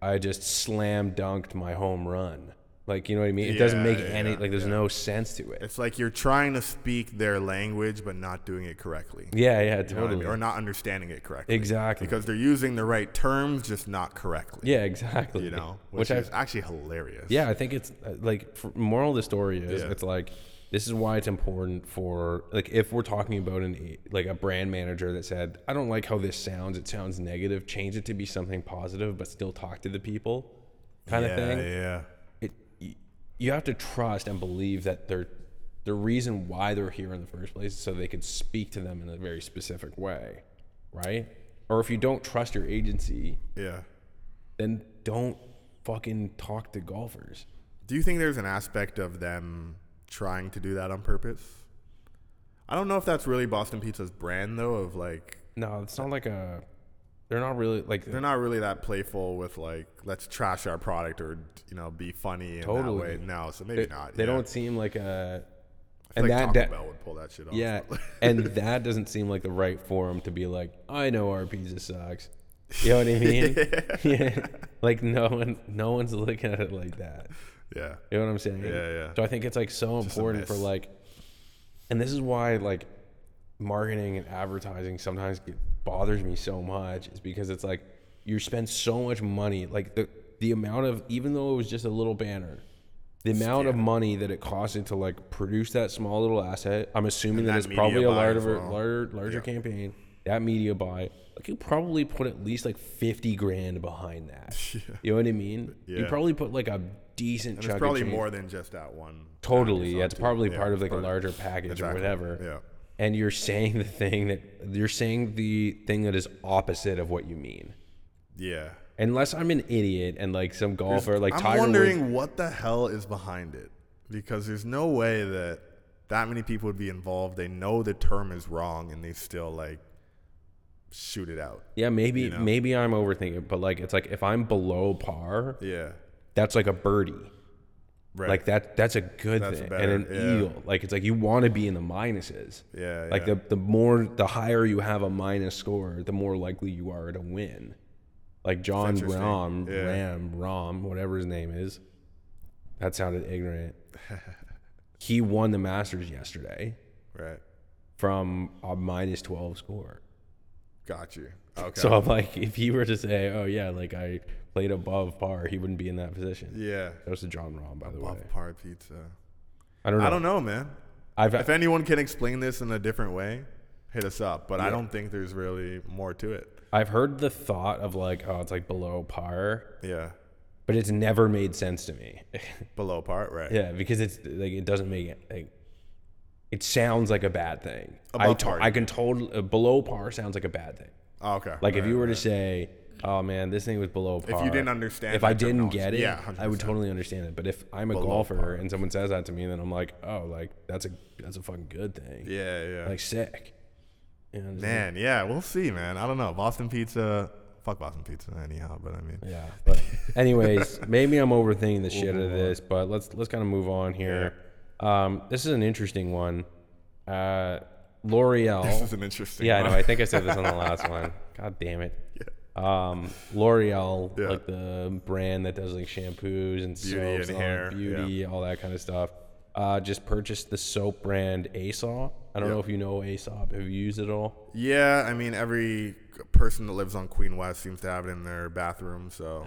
[SPEAKER 3] I just slam dunked my home run. Like you know what I mean? It doesn't
[SPEAKER 1] Yeah,
[SPEAKER 3] make
[SPEAKER 1] yeah,
[SPEAKER 3] any like there's no sense to it.
[SPEAKER 1] It's like you're trying to speak their language but not doing it correctly.
[SPEAKER 3] Yeah, yeah,
[SPEAKER 1] You know what I
[SPEAKER 3] totally.
[SPEAKER 1] mean? Or not understanding it correctly.
[SPEAKER 3] Exactly.
[SPEAKER 1] Because they're using the right terms, just not correctly.
[SPEAKER 3] yeah, exactly.
[SPEAKER 1] You know,
[SPEAKER 3] which,
[SPEAKER 1] which,
[SPEAKER 3] I
[SPEAKER 1] is actually hilarious.
[SPEAKER 3] yeah, I think it's uh, like for, moral of the story is
[SPEAKER 1] Yeah.
[SPEAKER 3] it's like this is why it's important for like if we're talking about an e, like a brand manager that said I don't like how this sounds, it sounds negative, change it to be something positive, but still talk to the people, kind
[SPEAKER 1] Yeah.
[SPEAKER 3] of thing.
[SPEAKER 1] Yeah.
[SPEAKER 3] It y- you have to trust and believe that they're the reason why they're here in the first place is so they could speak to them in a very specific way, right? Or if you don't trust your agency,
[SPEAKER 1] Yeah.
[SPEAKER 3] then don't fucking talk to golfers.
[SPEAKER 1] Do you think there's an aspect of them trying to do that on purpose? I don't know if that's really Boston Pizza's brand though. Of like,
[SPEAKER 3] No, it's not like a. They're not really like.
[SPEAKER 1] they're not really that playful with like, let's trash our product or you know, be funny in
[SPEAKER 3] Totally.
[SPEAKER 1] that way. No, so maybe
[SPEAKER 3] They,
[SPEAKER 1] not.
[SPEAKER 3] they
[SPEAKER 1] yeah.
[SPEAKER 3] don't seem like a.
[SPEAKER 1] I feel
[SPEAKER 3] And
[SPEAKER 1] like
[SPEAKER 3] that,
[SPEAKER 1] Taco
[SPEAKER 3] that
[SPEAKER 1] Bell would pull that shit off.
[SPEAKER 3] yeah, and that doesn't seem like the right forum to be like. I know our pizza sucks. You know what I mean? yeah. Like no one, no one's looking at it like that.
[SPEAKER 1] yeah,
[SPEAKER 3] You know what I'm saying?
[SPEAKER 1] Yeah, yeah.
[SPEAKER 3] So I think it's like so
[SPEAKER 1] a
[SPEAKER 3] important for
[SPEAKER 1] miss.
[SPEAKER 3] like, and this is why like marketing and advertising sometimes get, bothers me so much is because it's like you spend so much money like the the amount of even though it was just a little banner the amount of money that it costed to like produce that small little asset i'm assuming
[SPEAKER 1] And
[SPEAKER 3] that
[SPEAKER 1] that
[SPEAKER 3] it's
[SPEAKER 1] media
[SPEAKER 3] probably a
[SPEAKER 1] buy as
[SPEAKER 3] larger
[SPEAKER 1] well.
[SPEAKER 3] larger, larger campaign that media buy like you probably put at least like 50 grand behind that you know what i mean you
[SPEAKER 1] Yeah.
[SPEAKER 3] probably put like a decent
[SPEAKER 1] and
[SPEAKER 3] chunk
[SPEAKER 1] it's
[SPEAKER 3] of
[SPEAKER 1] probably
[SPEAKER 3] change.
[SPEAKER 1] more than just that one.
[SPEAKER 3] E. Totally. Yeah, it's probably
[SPEAKER 1] Yeah,
[SPEAKER 3] part of like
[SPEAKER 1] part
[SPEAKER 3] a
[SPEAKER 1] of-
[SPEAKER 3] larger package or
[SPEAKER 1] Exactly,
[SPEAKER 3] whatever.
[SPEAKER 1] yeah.
[SPEAKER 3] And you're saying the thing that you're saying the thing that is opposite of what you mean.
[SPEAKER 1] Yeah.
[SPEAKER 3] Unless I'm an idiot and like some golfer like
[SPEAKER 1] I'm
[SPEAKER 3] Tiger
[SPEAKER 1] wondering
[SPEAKER 3] Woods.
[SPEAKER 1] what the hell is behind it because there's no way that that many people would be involved. They know the term is wrong and they still like shoot it out.
[SPEAKER 3] Yeah, maybe maybe I'm overthinking, it, but like it's like if I'm below par,
[SPEAKER 1] Yeah.
[SPEAKER 3] that's like a birdie.
[SPEAKER 1] Right.
[SPEAKER 3] Like that that's a good
[SPEAKER 1] That's
[SPEAKER 3] thing.
[SPEAKER 1] better,
[SPEAKER 3] and an
[SPEAKER 1] yeah.
[SPEAKER 3] eagle. Like it's like you want to be in the minuses.
[SPEAKER 1] Yeah,
[SPEAKER 3] Like
[SPEAKER 1] yeah.
[SPEAKER 3] the the more the higher you have a minus score, the more likely you are to win. Like John
[SPEAKER 1] interesting.
[SPEAKER 3] Rom,
[SPEAKER 1] Yeah.
[SPEAKER 3] Ram, Rom, whatever his name is. That sounded ignorant. he won the Masters yesterday
[SPEAKER 1] Right.
[SPEAKER 3] from a minus twelve score.
[SPEAKER 1] Got you. Okay.
[SPEAKER 3] So I'm like, if he were to say, "Oh yeah, like I played above par," he wouldn't be in that position.
[SPEAKER 1] yeah.
[SPEAKER 3] That was a John Rom, by the way.
[SPEAKER 1] Love par pizza.
[SPEAKER 3] I don't know.
[SPEAKER 1] I don't know, man.
[SPEAKER 3] I've
[SPEAKER 1] If anyone can explain this in a different way, hit us up. But I don't think there's really more to it.
[SPEAKER 3] I've heard the thought of like, oh, it's like below par,
[SPEAKER 1] Yeah.
[SPEAKER 3] but it's never made sense to me.
[SPEAKER 1] Below par, right?
[SPEAKER 3] yeah, because it's like it doesn't make it like it sounds like a bad thing. I
[SPEAKER 1] Above
[SPEAKER 3] to-
[SPEAKER 1] par,
[SPEAKER 3] I
[SPEAKER 1] you
[SPEAKER 3] can totally uh, below par sounds like a bad thing.
[SPEAKER 1] Oh, okay.
[SPEAKER 3] Like if
[SPEAKER 1] Right.
[SPEAKER 3] you were to say, oh man, this thing was below par.
[SPEAKER 1] didn't understand
[SPEAKER 3] if
[SPEAKER 1] that
[SPEAKER 3] I didn't
[SPEAKER 1] terminology.
[SPEAKER 3] get it,
[SPEAKER 1] Yeah,
[SPEAKER 3] I would totally understand it. But if I'm a golfer and someone says that to me, then I'm like, oh, like that's a that's a fucking good thing.
[SPEAKER 1] Yeah, yeah.
[SPEAKER 3] Like sick. And
[SPEAKER 1] Man, yeah, we'll see, man. I don't know. Boston Pizza, fuck Boston Pizza, anyhow. But I mean,
[SPEAKER 3] Yeah. But anyways, maybe I'm overthinking the shit out of this, but let's let's kind of move on here. Um, this is an interesting one. Uh,
[SPEAKER 1] this
[SPEAKER 3] L'Oreal.
[SPEAKER 1] is an interesting.
[SPEAKER 3] Yeah, I
[SPEAKER 1] one.
[SPEAKER 3] know. I think I said this on the last one. God damn it. Um, L'Oreal,
[SPEAKER 1] Yeah.
[SPEAKER 3] like the brand that does like shampoos and
[SPEAKER 1] Beauty and
[SPEAKER 3] soaps, all-
[SPEAKER 1] hair,
[SPEAKER 3] beauty, all that kind of stuff. Uh, just purchased the soap brand Aesop. I don't know if you know Aesop. Have you used it at all?
[SPEAKER 1] yeah, I mean, every person that lives on Queen West seems to have it in their bathroom. So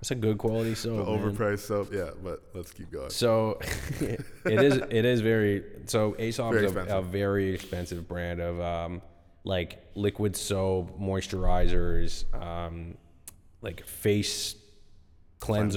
[SPEAKER 3] It's a good quality soap. man.
[SPEAKER 1] overpriced soap. Yeah, but let's keep going.
[SPEAKER 3] So it is it is very so Aesop
[SPEAKER 1] Very
[SPEAKER 3] is a,
[SPEAKER 1] expensive.
[SPEAKER 3] a very expensive brand of um like liquid soap, moisturizers, um like face cleansers,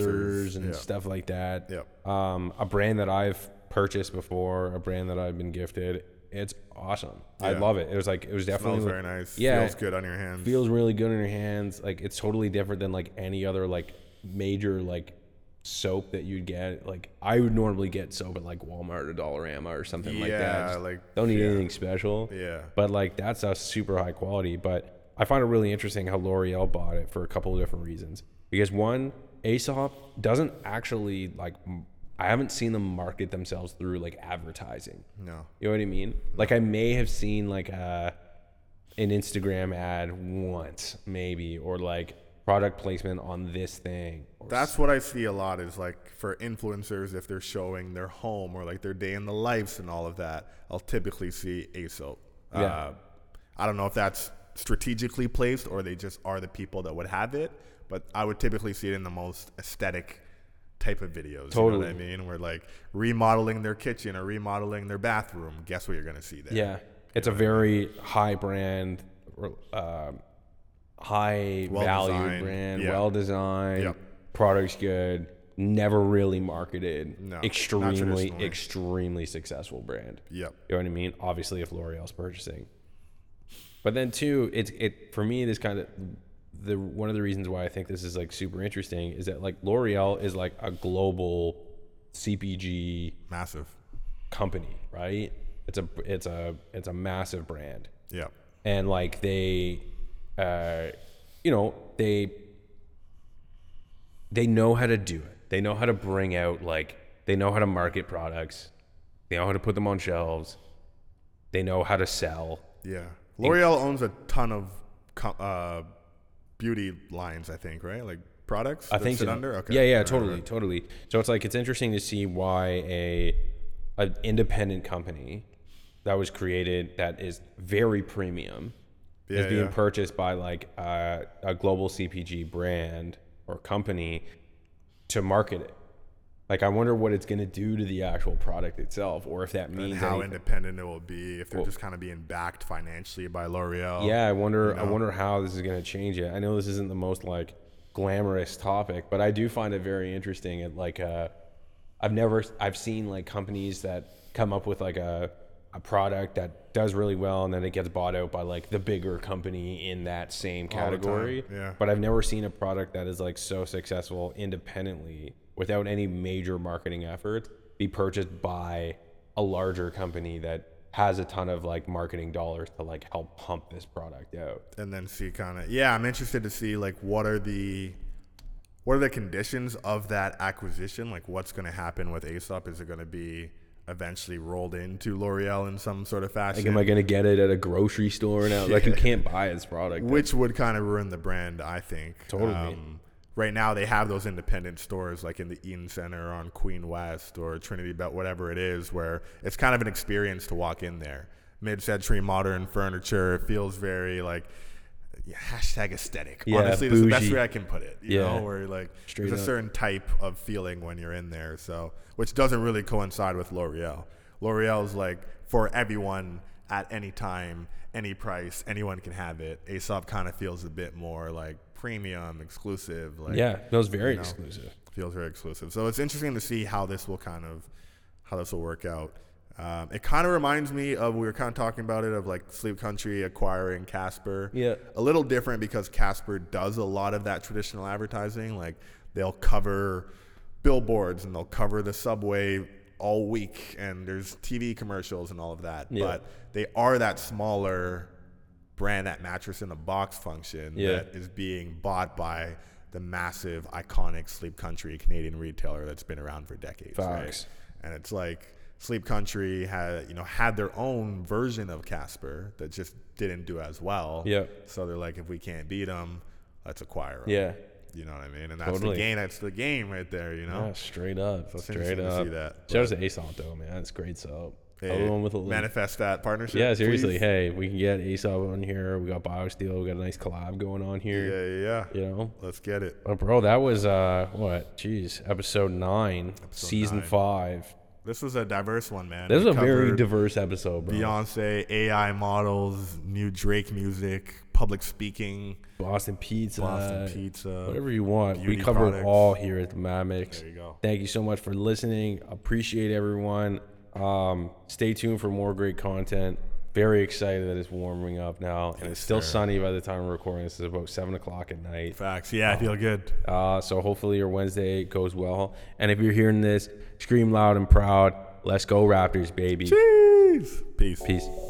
[SPEAKER 1] Cleansers,
[SPEAKER 3] and
[SPEAKER 1] yeah.
[SPEAKER 3] stuff like that.
[SPEAKER 1] Yep.
[SPEAKER 3] Um a brand that I've purchased before, a brand that I've been gifted It's awesome. I
[SPEAKER 1] Yeah.
[SPEAKER 3] love it. It was like it was definitely
[SPEAKER 1] Smells
[SPEAKER 3] like-
[SPEAKER 1] very nice.
[SPEAKER 3] Yeah,
[SPEAKER 1] Feels good on your hands.
[SPEAKER 3] feels really good in your hands. Like it's totally different than like any other like major like soap that you'd get. Like I would normally get soap at like Walmart or Dollarama or something like that.
[SPEAKER 1] Yeah,
[SPEAKER 3] Just
[SPEAKER 1] like-
[SPEAKER 3] don't need
[SPEAKER 1] yeah.
[SPEAKER 3] anything special.
[SPEAKER 1] Yeah.
[SPEAKER 3] But like that's a super high quality. But I find it really interesting how L'Oreal bought it for a couple of different reasons. Because one, Aesop doesn't actually like m- I haven't seen them market themselves through like advertising.
[SPEAKER 1] no.
[SPEAKER 3] You know what I mean? Like I may have seen like a an Instagram ad once, maybe, or like product placement on this thing. Or
[SPEAKER 1] That's what I see a lot is like for influencers if they're showing their home or like their day in the lives and all of that. I'll typically see ASOP.
[SPEAKER 3] Yeah.
[SPEAKER 1] Uh, I don't know if that's strategically placed or they just are the people that would have it, but I would typically see it in the most aesthetic type of videos. You know
[SPEAKER 3] Totally.
[SPEAKER 1] what I mean? Where like remodeling their kitchen or remodeling their bathroom. Guess what you're gonna see there?
[SPEAKER 3] yeah, it's a very high brand, or, um high value
[SPEAKER 1] Well-designed,
[SPEAKER 3] brand,
[SPEAKER 1] yeah.
[SPEAKER 3] well designed,
[SPEAKER 1] Yep.
[SPEAKER 3] products good, never really marketed,
[SPEAKER 1] No, not
[SPEAKER 3] extremely
[SPEAKER 1] traditionally.
[SPEAKER 3] extremely successful brand.
[SPEAKER 1] Yep.
[SPEAKER 3] You know what I mean? Obviously, if L'Oreal's purchasing, but then too, it's it for me. This kind of the one of the reasons why I think this is like super interesting is that like L'Oreal is like a global CPG
[SPEAKER 1] Massive.
[SPEAKER 3] company, right? It's a it's a it's a massive brand,
[SPEAKER 1] Yep.
[SPEAKER 3] and like they, uh, you know they they know how to do it. They know how to bring out like they know how to market products. They know how to put them on shelves. They know how to sell.
[SPEAKER 1] Yeah. L'Oreal owns a ton of co- uh, beauty lines, I think, right? Like products.
[SPEAKER 3] I
[SPEAKER 1] that
[SPEAKER 3] think
[SPEAKER 1] sit
[SPEAKER 3] so.
[SPEAKER 1] under. Okay.
[SPEAKER 3] Yeah, yeah,
[SPEAKER 1] Right,
[SPEAKER 3] totally,
[SPEAKER 1] right.
[SPEAKER 3] totally. So it's like it's interesting to see why a an independent company that was created that is very premium is
[SPEAKER 1] Yeah,
[SPEAKER 3] being
[SPEAKER 1] yeah.
[SPEAKER 3] purchased by like a, a global CPG brand or company to market it. Like I wonder what it's going to do to the actual product itself, or if that means
[SPEAKER 1] And how
[SPEAKER 3] anything.
[SPEAKER 1] independent it will be if they're just kind of being backed financially by L'Oreal.
[SPEAKER 3] Yeah, I wonder. I wonder how this is going to change it. I know this isn't the most like glamorous topic, but I do find it very interesting. At like, uh, I've never I've seen like companies that come up with like a a product that does really well, and then it gets bought out by like the bigger company in that same
[SPEAKER 1] the time,
[SPEAKER 3] category.
[SPEAKER 1] yeah.
[SPEAKER 3] But I've never seen a product that is like so successful independently without any major marketing effort be purchased by a larger company that has a ton of like marketing dollars to like help pump this product out.
[SPEAKER 1] And then see kind of yeah, I'm interested to see like what are the what are the conditions of that acquisition? Like what's going to happen with Aesop? Is it going to be eventually rolled into L'Oreal in some sort of
[SPEAKER 3] Like,
[SPEAKER 1] fashion?
[SPEAKER 3] am I going to get it at a grocery store now? Like, you can't buy this product.
[SPEAKER 1] which would kind of ruin the brand, I think. Um,
[SPEAKER 3] Totally.
[SPEAKER 1] right now, they have those independent stores like in the Eden Center on Queen West or Trinity Belt, whatever it is, where it's kind of an experience to walk in there. Mid-century modern furniture it feels very like hashtag aesthetic.
[SPEAKER 3] Yeah,
[SPEAKER 1] Honestly, that's the best
[SPEAKER 3] bougie.
[SPEAKER 1] way I can put it. You
[SPEAKER 3] Yeah.
[SPEAKER 1] know, where like
[SPEAKER 3] Straight
[SPEAKER 1] there's a
[SPEAKER 3] up.
[SPEAKER 1] certain type of feeling when you're in there. So, which doesn't really coincide with L'Oreal. L'Oreal's like for everyone at any time, any price, anyone can have it. Aesop kind of feels a bit more like premium, exclusive. Like
[SPEAKER 3] yeah, that was very exclusive.
[SPEAKER 1] feels very exclusive. So it's interesting to see how this will kind of how this will work out. Um, it kind of reminds me of we were kind of talking about it of like Sleep Country acquiring Casper.
[SPEAKER 3] Yeah.
[SPEAKER 1] a little different because Casper does a lot of that traditional advertising. Like they'll cover billboards and they'll cover the subway all week, and there's TV commercials and all of that.
[SPEAKER 3] Yeah.
[SPEAKER 1] But they are that smaller brand, that mattress in a box function
[SPEAKER 3] Yeah.
[SPEAKER 1] that is being bought by the massive, iconic Sleep Country Canadian retailer that's been around for decades. right?
[SPEAKER 3] Facts.
[SPEAKER 1] And it's like Sleep Country had, you know, had their own version of Casper that just didn't do as well.
[SPEAKER 3] Yeah.
[SPEAKER 1] So they're like, if we can't beat them, let's acquire them.
[SPEAKER 3] Yeah.
[SPEAKER 1] You know what I mean? And that's
[SPEAKER 3] Totally.
[SPEAKER 1] the game. That's the game right there. You know.
[SPEAKER 3] Yeah, straight up. straight
[SPEAKER 1] Oh. interesting to
[SPEAKER 3] up.
[SPEAKER 1] see that,
[SPEAKER 3] Shout out to Aesop though, man. It's great soap.
[SPEAKER 1] Hey,
[SPEAKER 3] Other one with a little
[SPEAKER 1] manifest that partnership.
[SPEAKER 3] Yeah, seriously.
[SPEAKER 1] please.
[SPEAKER 3] Hey, we can get Aesop on here. We got BioSteel. We got a nice collab going on here.
[SPEAKER 1] Yeah, yeah, yeah.
[SPEAKER 3] You know,
[SPEAKER 1] Let's get it.
[SPEAKER 3] but bro, that was uh, what? Jeez, episode nine, season
[SPEAKER 1] nine.
[SPEAKER 3] five.
[SPEAKER 1] This was a diverse one, man.
[SPEAKER 3] This is
[SPEAKER 1] We
[SPEAKER 3] a very
[SPEAKER 1] covered-
[SPEAKER 3] diverse episode, bro.
[SPEAKER 1] Beyonce, AI models, new Drake music, public speaking,
[SPEAKER 3] Boston Pizza,
[SPEAKER 1] Boston pizza,
[SPEAKER 3] Uh, whatever you want. We
[SPEAKER 1] beauty
[SPEAKER 3] cover it
[SPEAKER 1] products.
[SPEAKER 3] all here at the Mamix.
[SPEAKER 1] There you go.
[SPEAKER 3] Thank you so much for listening. Appreciate everyone. Um, stay tuned for more great content. Very excited that it's warming up now, and it's still sunny by the time we're recording. This is about seven o'clock at night.
[SPEAKER 1] Facts. Yeah, I feel good.
[SPEAKER 3] Uh, so hopefully your Wednesday goes well. And if you're hearing this, scream loud and proud. Let's go Raptors, baby.
[SPEAKER 1] Peace. Peace.
[SPEAKER 3] Peace.